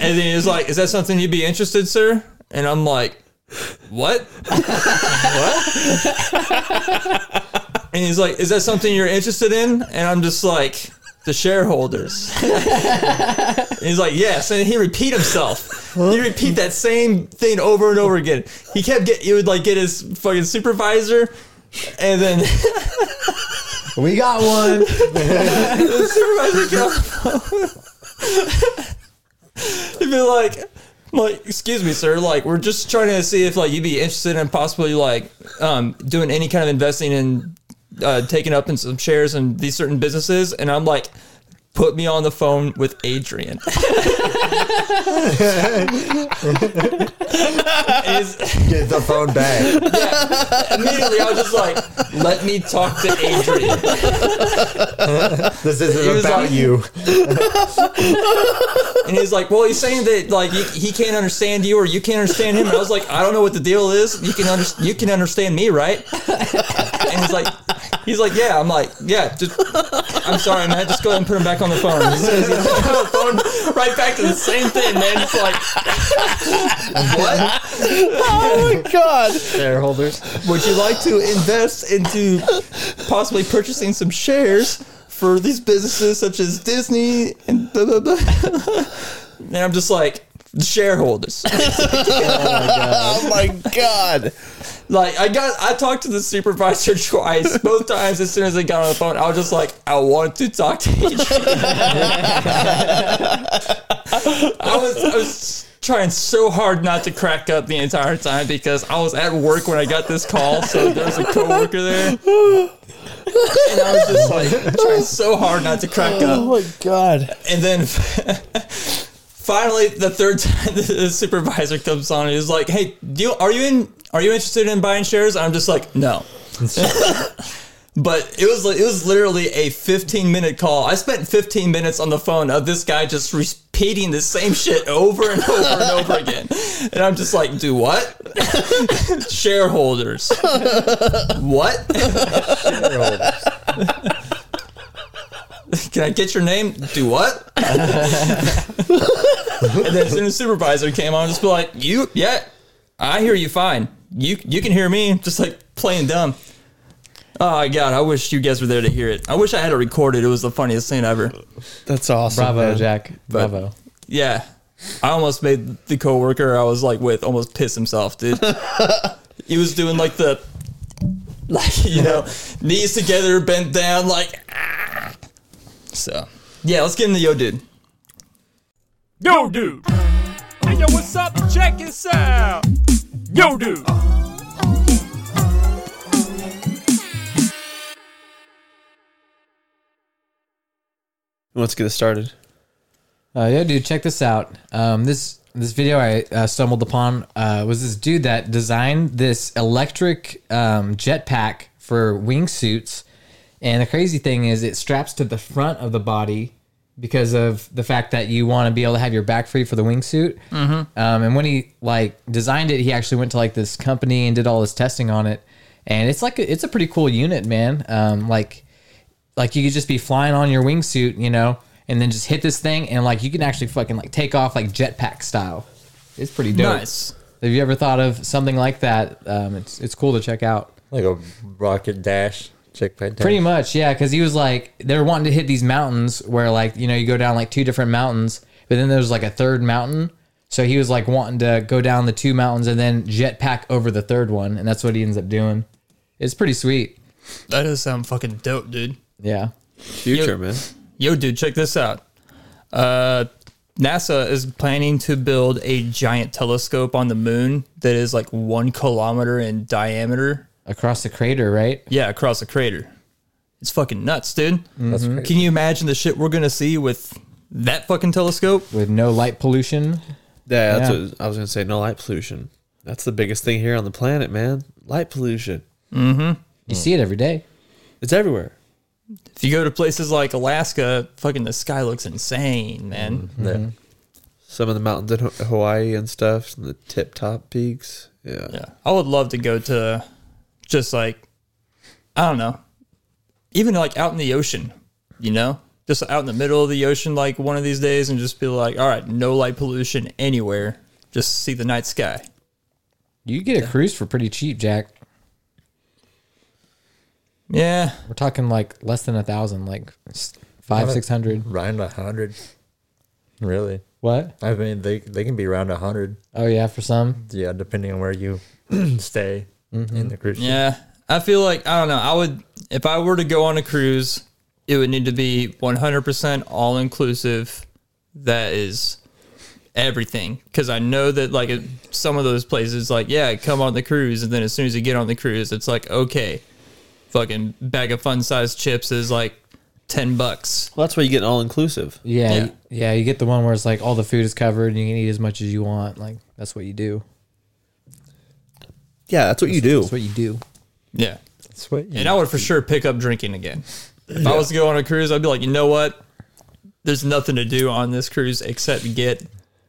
[SPEAKER 3] and then he's like, "Is that something you'd be interested, sir?" And I'm like, "What? what?" and he's like, "Is that something you're interested in?" And I'm just like, "The shareholders." And he's like, "Yes," and he repeat himself. He repeat that same thing over and over again. He kept get. He would like get his fucking supervisor. And then the
[SPEAKER 2] we got one.
[SPEAKER 3] supervisor come He'd be like, like, excuse me, sir. Like, we're just trying to see if like you'd be interested in possibly like um, doing any kind of investing in uh, taking up in some shares in these certain businesses. And I'm like, put me on the phone with Adrian. And he's-
[SPEAKER 4] Get the phone back.
[SPEAKER 3] immediately, I was just like, let me talk to Adrian.
[SPEAKER 4] This
[SPEAKER 3] He
[SPEAKER 4] isn't
[SPEAKER 3] was
[SPEAKER 4] about
[SPEAKER 3] like-
[SPEAKER 4] you.
[SPEAKER 3] And he's like, "Well, he's saying that like he, he can't understand you or you can't understand him." And I was like, "I don't know what the deal is. You can under, you can understand me, right?" And he's like, "He's like, yeah." I'm like, "Yeah." Just, I'm sorry, man. Just go ahead and put him back on the phone. He says he's like, on the phone, right back to the same thing, man. It's like, what?
[SPEAKER 5] Oh, my God.
[SPEAKER 4] Shareholders.
[SPEAKER 3] Would you like to invest into possibly purchasing some shares for these businesses such as Disney and blah blah blah? And I'm just like, the shareholders.
[SPEAKER 5] Oh, my God.
[SPEAKER 3] Like I got, I talked to the supervisor twice. Both times, as soon as I got on the phone, I was just like, I want to talk to you. I was, I was trying so hard not to crack up the entire time because I was at work when I got this call, so there was a coworker there, and I was just like trying so hard not to crack up
[SPEAKER 5] Oh, my God.
[SPEAKER 3] and then finally the third time the supervisor comes on and is like hey do you, are you in are you interested in buying shares i'm just like no but it was like- it was literally a 15 minute call i spent 15 minutes on the phone of this guy just repeating the same shit over and over and over again and i'm just like do what shareholders what
[SPEAKER 4] Shareholders.
[SPEAKER 3] can I get your name? Do what? and then as soon as supervisor came on, just be like, you, yeah, I hear you fine. You, you can hear me, just like playing dumb. Oh God, I wish you guys were there to hear it. I wish I had it recorded. It was the funniest thing ever.
[SPEAKER 5] That's awesome.
[SPEAKER 2] Bravo,
[SPEAKER 5] man.
[SPEAKER 2] Jack. Bravo.
[SPEAKER 3] Yeah, I almost made the coworker I was like with almost piss himself, dude. he was doing like the, like you know, knees together, bent down, like. "Ah." So yeah, let's get into yo, dude.
[SPEAKER 1] Yo, dude. Hey, yo, what's up? Check this out. Yo, dude.
[SPEAKER 5] Let's get it started.
[SPEAKER 2] Uh, yeah, dude, check this out. Um, this this video I uh, stumbled upon uh, was this dude that designed this electric um, jetpack for wingsuits, And the crazy thing is, it straps to the front of the body because of the fact that you want to be able to have your back free for the wingsuit. Mm-hmm. Um, and when he like designed it, he actually went to like this company and did all his testing on it. And it's like a, it's a pretty cool unit, man. Um, like like you could just be flying on your wingsuit, you know, and then just hit this thing, and like you can actually fucking like take off like jetpack style. It's pretty dope.
[SPEAKER 3] Nice.
[SPEAKER 2] Have you ever thought of something like that? Um, it's it's cool to check out.
[SPEAKER 4] Like a rocket dash, checkpoint. dash.
[SPEAKER 2] Pretty much, yeah, because he was like they were wanting to hit these mountains where like you know you go down like two different mountains, but then there's like a third mountain. So he was like wanting to go down the two mountains and then jetpack over the third one, and that's what he ends up doing. It's pretty sweet.
[SPEAKER 3] That does sound fucking dope, dude.
[SPEAKER 2] Yeah.
[SPEAKER 5] Future,
[SPEAKER 3] Yo-
[SPEAKER 5] man.
[SPEAKER 3] Yo, dude, check this out. Uh, NASA is planning to build a giant telescope on the moon that is like one kilometer in diameter.
[SPEAKER 2] Across the crater, right?
[SPEAKER 3] Yeah, across a crater. It's fucking nuts, dude.
[SPEAKER 4] That's crazy.
[SPEAKER 3] Can you imagine the shit we're gonna see with that fucking telescope?
[SPEAKER 2] With no light pollution.
[SPEAKER 5] Yeah, that's
[SPEAKER 2] Yeah.
[SPEAKER 5] what I was gonna say. No light pollution. That's the biggest thing here on the planet, man. Light pollution.
[SPEAKER 2] You see it every day.
[SPEAKER 5] It's everywhere.
[SPEAKER 3] If you go to places like Alaska, fucking the sky looks insane, man.
[SPEAKER 4] Yeah.
[SPEAKER 5] Some of the mountains in Ho- Hawaii and stuff, and the tip top peaks. Yeah.
[SPEAKER 3] Yeah, I would love to go to just like I don't know, even like out in the ocean, you know, just out in the middle of the ocean, like one of these days, and just be like, all right, no light pollution anywhere, just see the night sky.
[SPEAKER 2] You get a cruise for pretty cheap, Jack.
[SPEAKER 3] Yeah,
[SPEAKER 2] We're talking like less than a thousand, like s- five,
[SPEAKER 4] Kinda-
[SPEAKER 2] six hundred.
[SPEAKER 4] Around a hundred. Really?
[SPEAKER 2] What?
[SPEAKER 4] I mean, they they can be around a hundred.
[SPEAKER 2] Oh yeah, for some.
[SPEAKER 4] Yeah, depending on where you stay in the cruise. ship.
[SPEAKER 3] Mm-hmm. yeah. I feel like I don't know. I would if I were to go on a cruise, it would need to be 100% all inclusive. That is everything because I know that like it, some of those places, like yeah, come on the cruise, and then as soon as you get on the cruise, it's like okay, fucking bag of fun sized chips is like ten bucks.
[SPEAKER 5] Well, that's why you get all inclusive.
[SPEAKER 2] Yeah,
[SPEAKER 3] Yeah.
[SPEAKER 2] yeah, You get the one where it's like all the food is covered and you can eat as much as you want. Like that's what you do.
[SPEAKER 5] Yeah, that's what you do.
[SPEAKER 2] That's what you do.
[SPEAKER 3] Yeah,
[SPEAKER 4] That's what you
[SPEAKER 3] and I would for sure pick up drinking again. If I was to go on a cruise, I'd be like, you know what? There's nothing to do on this cruise except get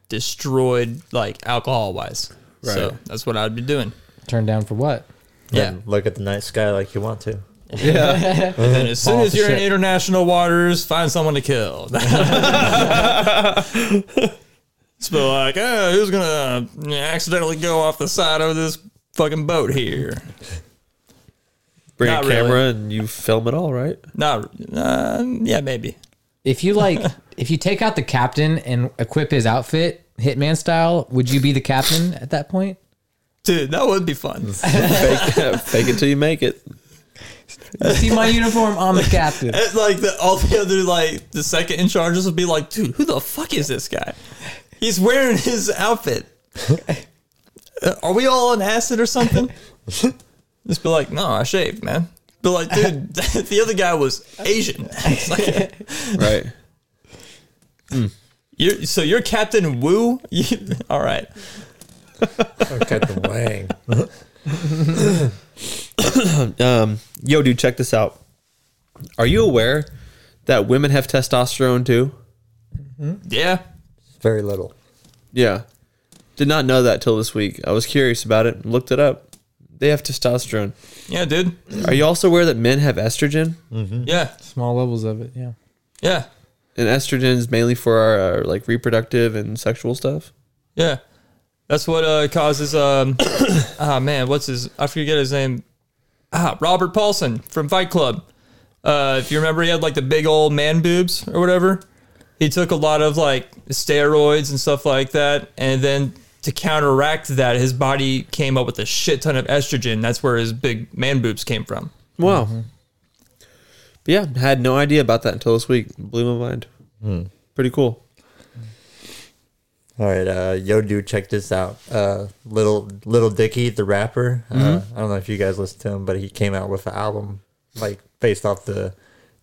[SPEAKER 3] destroyed like alcohol wise. So
[SPEAKER 5] Right.
[SPEAKER 3] that's what I'd be doing.
[SPEAKER 2] Turn down for what?
[SPEAKER 3] Yeah.
[SPEAKER 4] and look at the night sky like you want to.
[SPEAKER 3] And then as soon
[SPEAKER 2] Balls
[SPEAKER 3] as
[SPEAKER 2] to
[SPEAKER 3] you're in
[SPEAKER 2] shit.
[SPEAKER 3] international waters, find someone to kill. it's been like, oh, who's gonna uh, accidentally go off the side of this fucking boat here?
[SPEAKER 5] Bring
[SPEAKER 3] Not
[SPEAKER 5] a
[SPEAKER 3] really.
[SPEAKER 5] camera and you film it all, right?
[SPEAKER 3] Not, uh, yeah, maybe.
[SPEAKER 2] If you like, if you take out the captain and equip his outfit, hitman style, would you be the captain at that point?
[SPEAKER 3] Dude, that would be fun.
[SPEAKER 5] Fake, fake it till you make it.
[SPEAKER 2] You see my uniform, I'm the captain.
[SPEAKER 3] It's like the, all the other like the second in charges would be like, dude, who the fuck is this guy? He's wearing his outfit. Uh, Are we all on acid or something? Just be like, no, I shaved, man. Be like, dude, the other guy was Asian. It's like,
[SPEAKER 5] Right.
[SPEAKER 3] you're, so you're Captain Wu. You, all right,
[SPEAKER 4] Look at the wang.
[SPEAKER 5] Um, yo, dude, check this out. Are you aware that women have testosterone too?
[SPEAKER 3] yeah.
[SPEAKER 4] Very little.
[SPEAKER 5] Yeah. Did not know that till this week. I was curious about it and looked it up. They have testosterone.
[SPEAKER 3] Yeah, dude.
[SPEAKER 5] Are you also aware that men have estrogen?
[SPEAKER 3] Yeah,
[SPEAKER 2] Small levels of it, yeah.
[SPEAKER 3] yeah,
[SPEAKER 5] And estrogen is mainly for our uh, like reproductive and sexual stuff.
[SPEAKER 3] yeah. That's what uh, causes. Um, ah, man, what's his? I forget his name. Ah, Robert Paulson from Fight Club. Uh, if you remember, he had like the big old man boobs or whatever. He took a lot of like steroids and stuff like that, and then to counteract that, his body came up with a shit ton of estrogen. That's where his big man boobs came from.
[SPEAKER 5] Wow.
[SPEAKER 4] Mm-hmm.
[SPEAKER 5] But yeah, had no idea about that until this week. Blew my mind.
[SPEAKER 4] Hmm.
[SPEAKER 5] Pretty cool.
[SPEAKER 4] All right, uh, yo, dude, check this out. Uh, little Little Dicky, the rapper. Uh, I don't know if you guys listen to him, but he came out with an album like based off the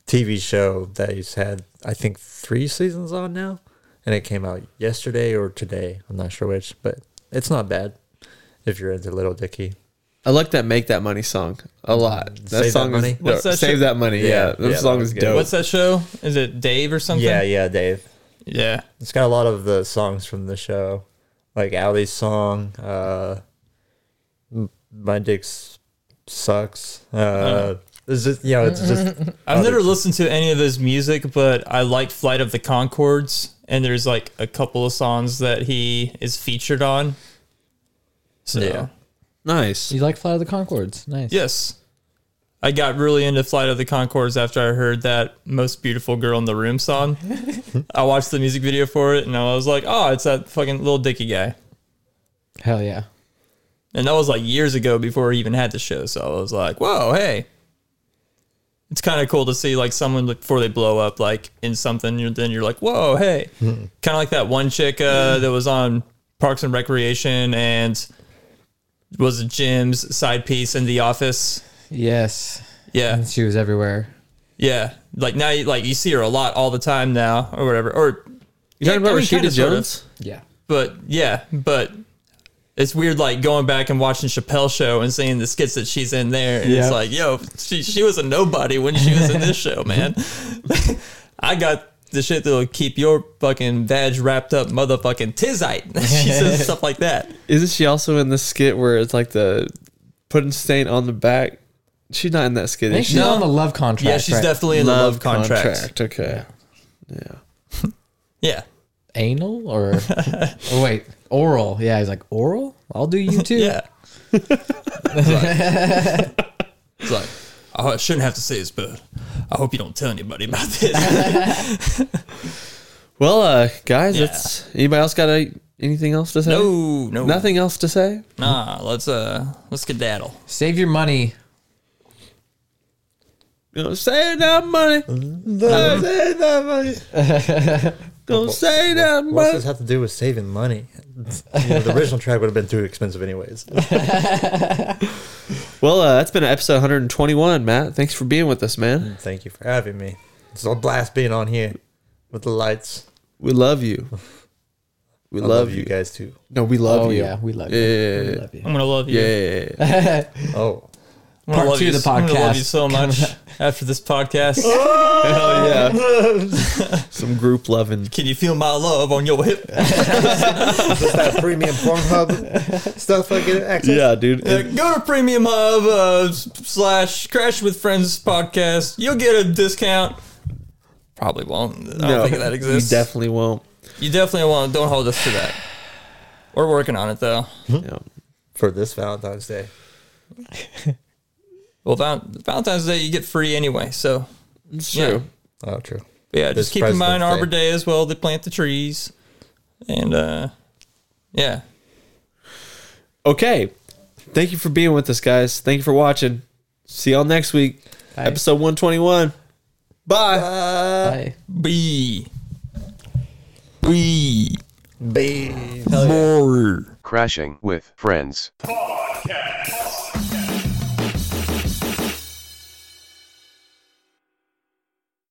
[SPEAKER 4] TV show that he's had. I think three seasons on now, and it came out yesterday or today. I'm not sure which, but it's not bad if you're into Little Dicky.
[SPEAKER 5] I like that "Make That Money" song a lot. That
[SPEAKER 4] Save That
[SPEAKER 5] song is
[SPEAKER 4] Money?
[SPEAKER 5] no,
[SPEAKER 3] What's that
[SPEAKER 5] save
[SPEAKER 3] shit?
[SPEAKER 5] that money. Yeah,
[SPEAKER 4] Yeah,
[SPEAKER 5] that
[SPEAKER 4] yeah,
[SPEAKER 5] song
[SPEAKER 4] that
[SPEAKER 5] is
[SPEAKER 4] was good.
[SPEAKER 5] dope.
[SPEAKER 3] What's that show? Is it Dave or something?
[SPEAKER 4] Yeah, yeah, Dave.
[SPEAKER 3] yeah.
[SPEAKER 4] It's got a lot of the songs from the show, like Ali's song, uh, M- "My Dick S- Sucks."
[SPEAKER 5] Uh-huh.
[SPEAKER 4] Uh, it's just you know, it's just
[SPEAKER 3] I've
[SPEAKER 4] other
[SPEAKER 3] never listened to any of his music, but I like Flight of the Concords, and there's like a couple of songs that he is featured on. So
[SPEAKER 4] Yeah.
[SPEAKER 5] nice?
[SPEAKER 2] You like Flight of the Concords. Nice.
[SPEAKER 3] yes. I got really into Flight of the Concords after I heard that Most Beautiful Girl in the Room song. I watched the music video for it and I was like, oh, it's that fucking little dicky guy.
[SPEAKER 2] Hell yeah.
[SPEAKER 3] And that was like years ago before he even had the show. So I was like, whoa, hey. It's kind of cool to see like someone like, before they blow up, like in something, you're, then you're like, whoa, hey.
[SPEAKER 5] Hmm.
[SPEAKER 3] kind of like that one chick uh, that was on Parks and Recreation and was Jim's side piece in The Office.
[SPEAKER 2] Yes.
[SPEAKER 3] Yeah.
[SPEAKER 5] Hmm.
[SPEAKER 2] And she was everywhere.
[SPEAKER 3] Yeah. Like now, you, like you see her a lot all the time now or whatever. Or
[SPEAKER 5] You talking
[SPEAKER 3] Yeah, I
[SPEAKER 5] about
[SPEAKER 3] mean,
[SPEAKER 5] Rashida
[SPEAKER 3] kinda, sorta.
[SPEAKER 5] Jones?
[SPEAKER 2] Yeah.
[SPEAKER 3] but yeah, but it's weird like going back and watching Chappelle show and seeing the skits that she's in there, and
[SPEAKER 2] Yeah.
[SPEAKER 3] it's like, yo, she she was a nobody when she was in this show, man. I got the shit that'll keep your fucking badge wrapped up, motherfucking tizite. she says stuff like that.
[SPEAKER 5] Isn't she also in the skit where it's like the putting stain on the back? She's not in that skit.
[SPEAKER 2] I think
[SPEAKER 5] Is
[SPEAKER 2] she's
[SPEAKER 5] she?
[SPEAKER 2] on the love contract.
[SPEAKER 3] Yeah, she's
[SPEAKER 2] right?
[SPEAKER 3] definitely in the love contract.
[SPEAKER 5] Okay. Yeah.
[SPEAKER 3] Yeah,
[SPEAKER 2] anal or oh, wait, oral. Yeah, he's like oral. I'll do you too.
[SPEAKER 3] yeah. it's like, oh, I shouldn't have to say this, but I hope you don't tell anybody about this.
[SPEAKER 5] Well, uh, guys,
[SPEAKER 3] Yeah.
[SPEAKER 5] that's anybody else got a, anything else to say?
[SPEAKER 3] no, no,
[SPEAKER 5] Nothing else to say?
[SPEAKER 3] Nah, let's uh, let's skedaddle.
[SPEAKER 2] Save your money.
[SPEAKER 5] Gonna save that money. Gonna save that money. Gonna save
[SPEAKER 4] what
[SPEAKER 5] that
[SPEAKER 4] does
[SPEAKER 5] money.
[SPEAKER 4] this have to do with saving money? You know, the original track would have been too expensive, anyways.
[SPEAKER 5] Well, uh, that's been episode 121, Matt. Thanks for being with us, man.
[SPEAKER 4] Thank you for having me. It's a blast being on here with the lights.
[SPEAKER 5] We love you. We
[SPEAKER 4] I
[SPEAKER 5] love, you. guys.
[SPEAKER 4] guys too.
[SPEAKER 5] No, we love
[SPEAKER 2] oh
[SPEAKER 5] you.
[SPEAKER 2] yeah, we love you.
[SPEAKER 5] Yeah.
[SPEAKER 2] We love you.
[SPEAKER 3] I'm gonna love you.
[SPEAKER 5] Yeah, yeah, yeah.
[SPEAKER 4] Oh,
[SPEAKER 3] I'm gonna
[SPEAKER 2] Part
[SPEAKER 3] love
[SPEAKER 2] two
[SPEAKER 3] you.
[SPEAKER 2] of the
[SPEAKER 3] I'm gonna love you
[SPEAKER 2] podcast
[SPEAKER 3] so much after this podcast.
[SPEAKER 5] Hell yeah. Some group loving.
[SPEAKER 3] Can you feel my love on your hip? Uh,
[SPEAKER 4] just that premium Pornhub stuff I get access.
[SPEAKER 5] Yeah, dude.
[SPEAKER 3] Uh, go to Premium Hub uh, s- slash Crash with Friends podcast. You'll get a discount. Probably won't. I don't think that exists.
[SPEAKER 5] You definitely won't.
[SPEAKER 3] you definitely won't. Don't hold us to that. We're working on it though.
[SPEAKER 5] Yeah.
[SPEAKER 4] for this Valentine's Day.
[SPEAKER 3] Well, val- Valentine's Day you get free anyway, so
[SPEAKER 5] It's
[SPEAKER 3] Yeah.
[SPEAKER 5] true.
[SPEAKER 4] Oh, true.
[SPEAKER 3] But yeah,
[SPEAKER 4] This
[SPEAKER 3] just keep in mind
[SPEAKER 4] President's
[SPEAKER 3] Arbor
[SPEAKER 4] Day.
[SPEAKER 3] Day as well. They plant the trees, and uh, yeah,
[SPEAKER 5] Okay. Thank you for being with us, guys. Thank you for watching. See y'all next week. Episode 121.
[SPEAKER 2] Bye.
[SPEAKER 5] Bye.
[SPEAKER 3] B, B,
[SPEAKER 4] Bam.
[SPEAKER 3] more.
[SPEAKER 7] Crashing with Friends.
[SPEAKER 1] Podcast.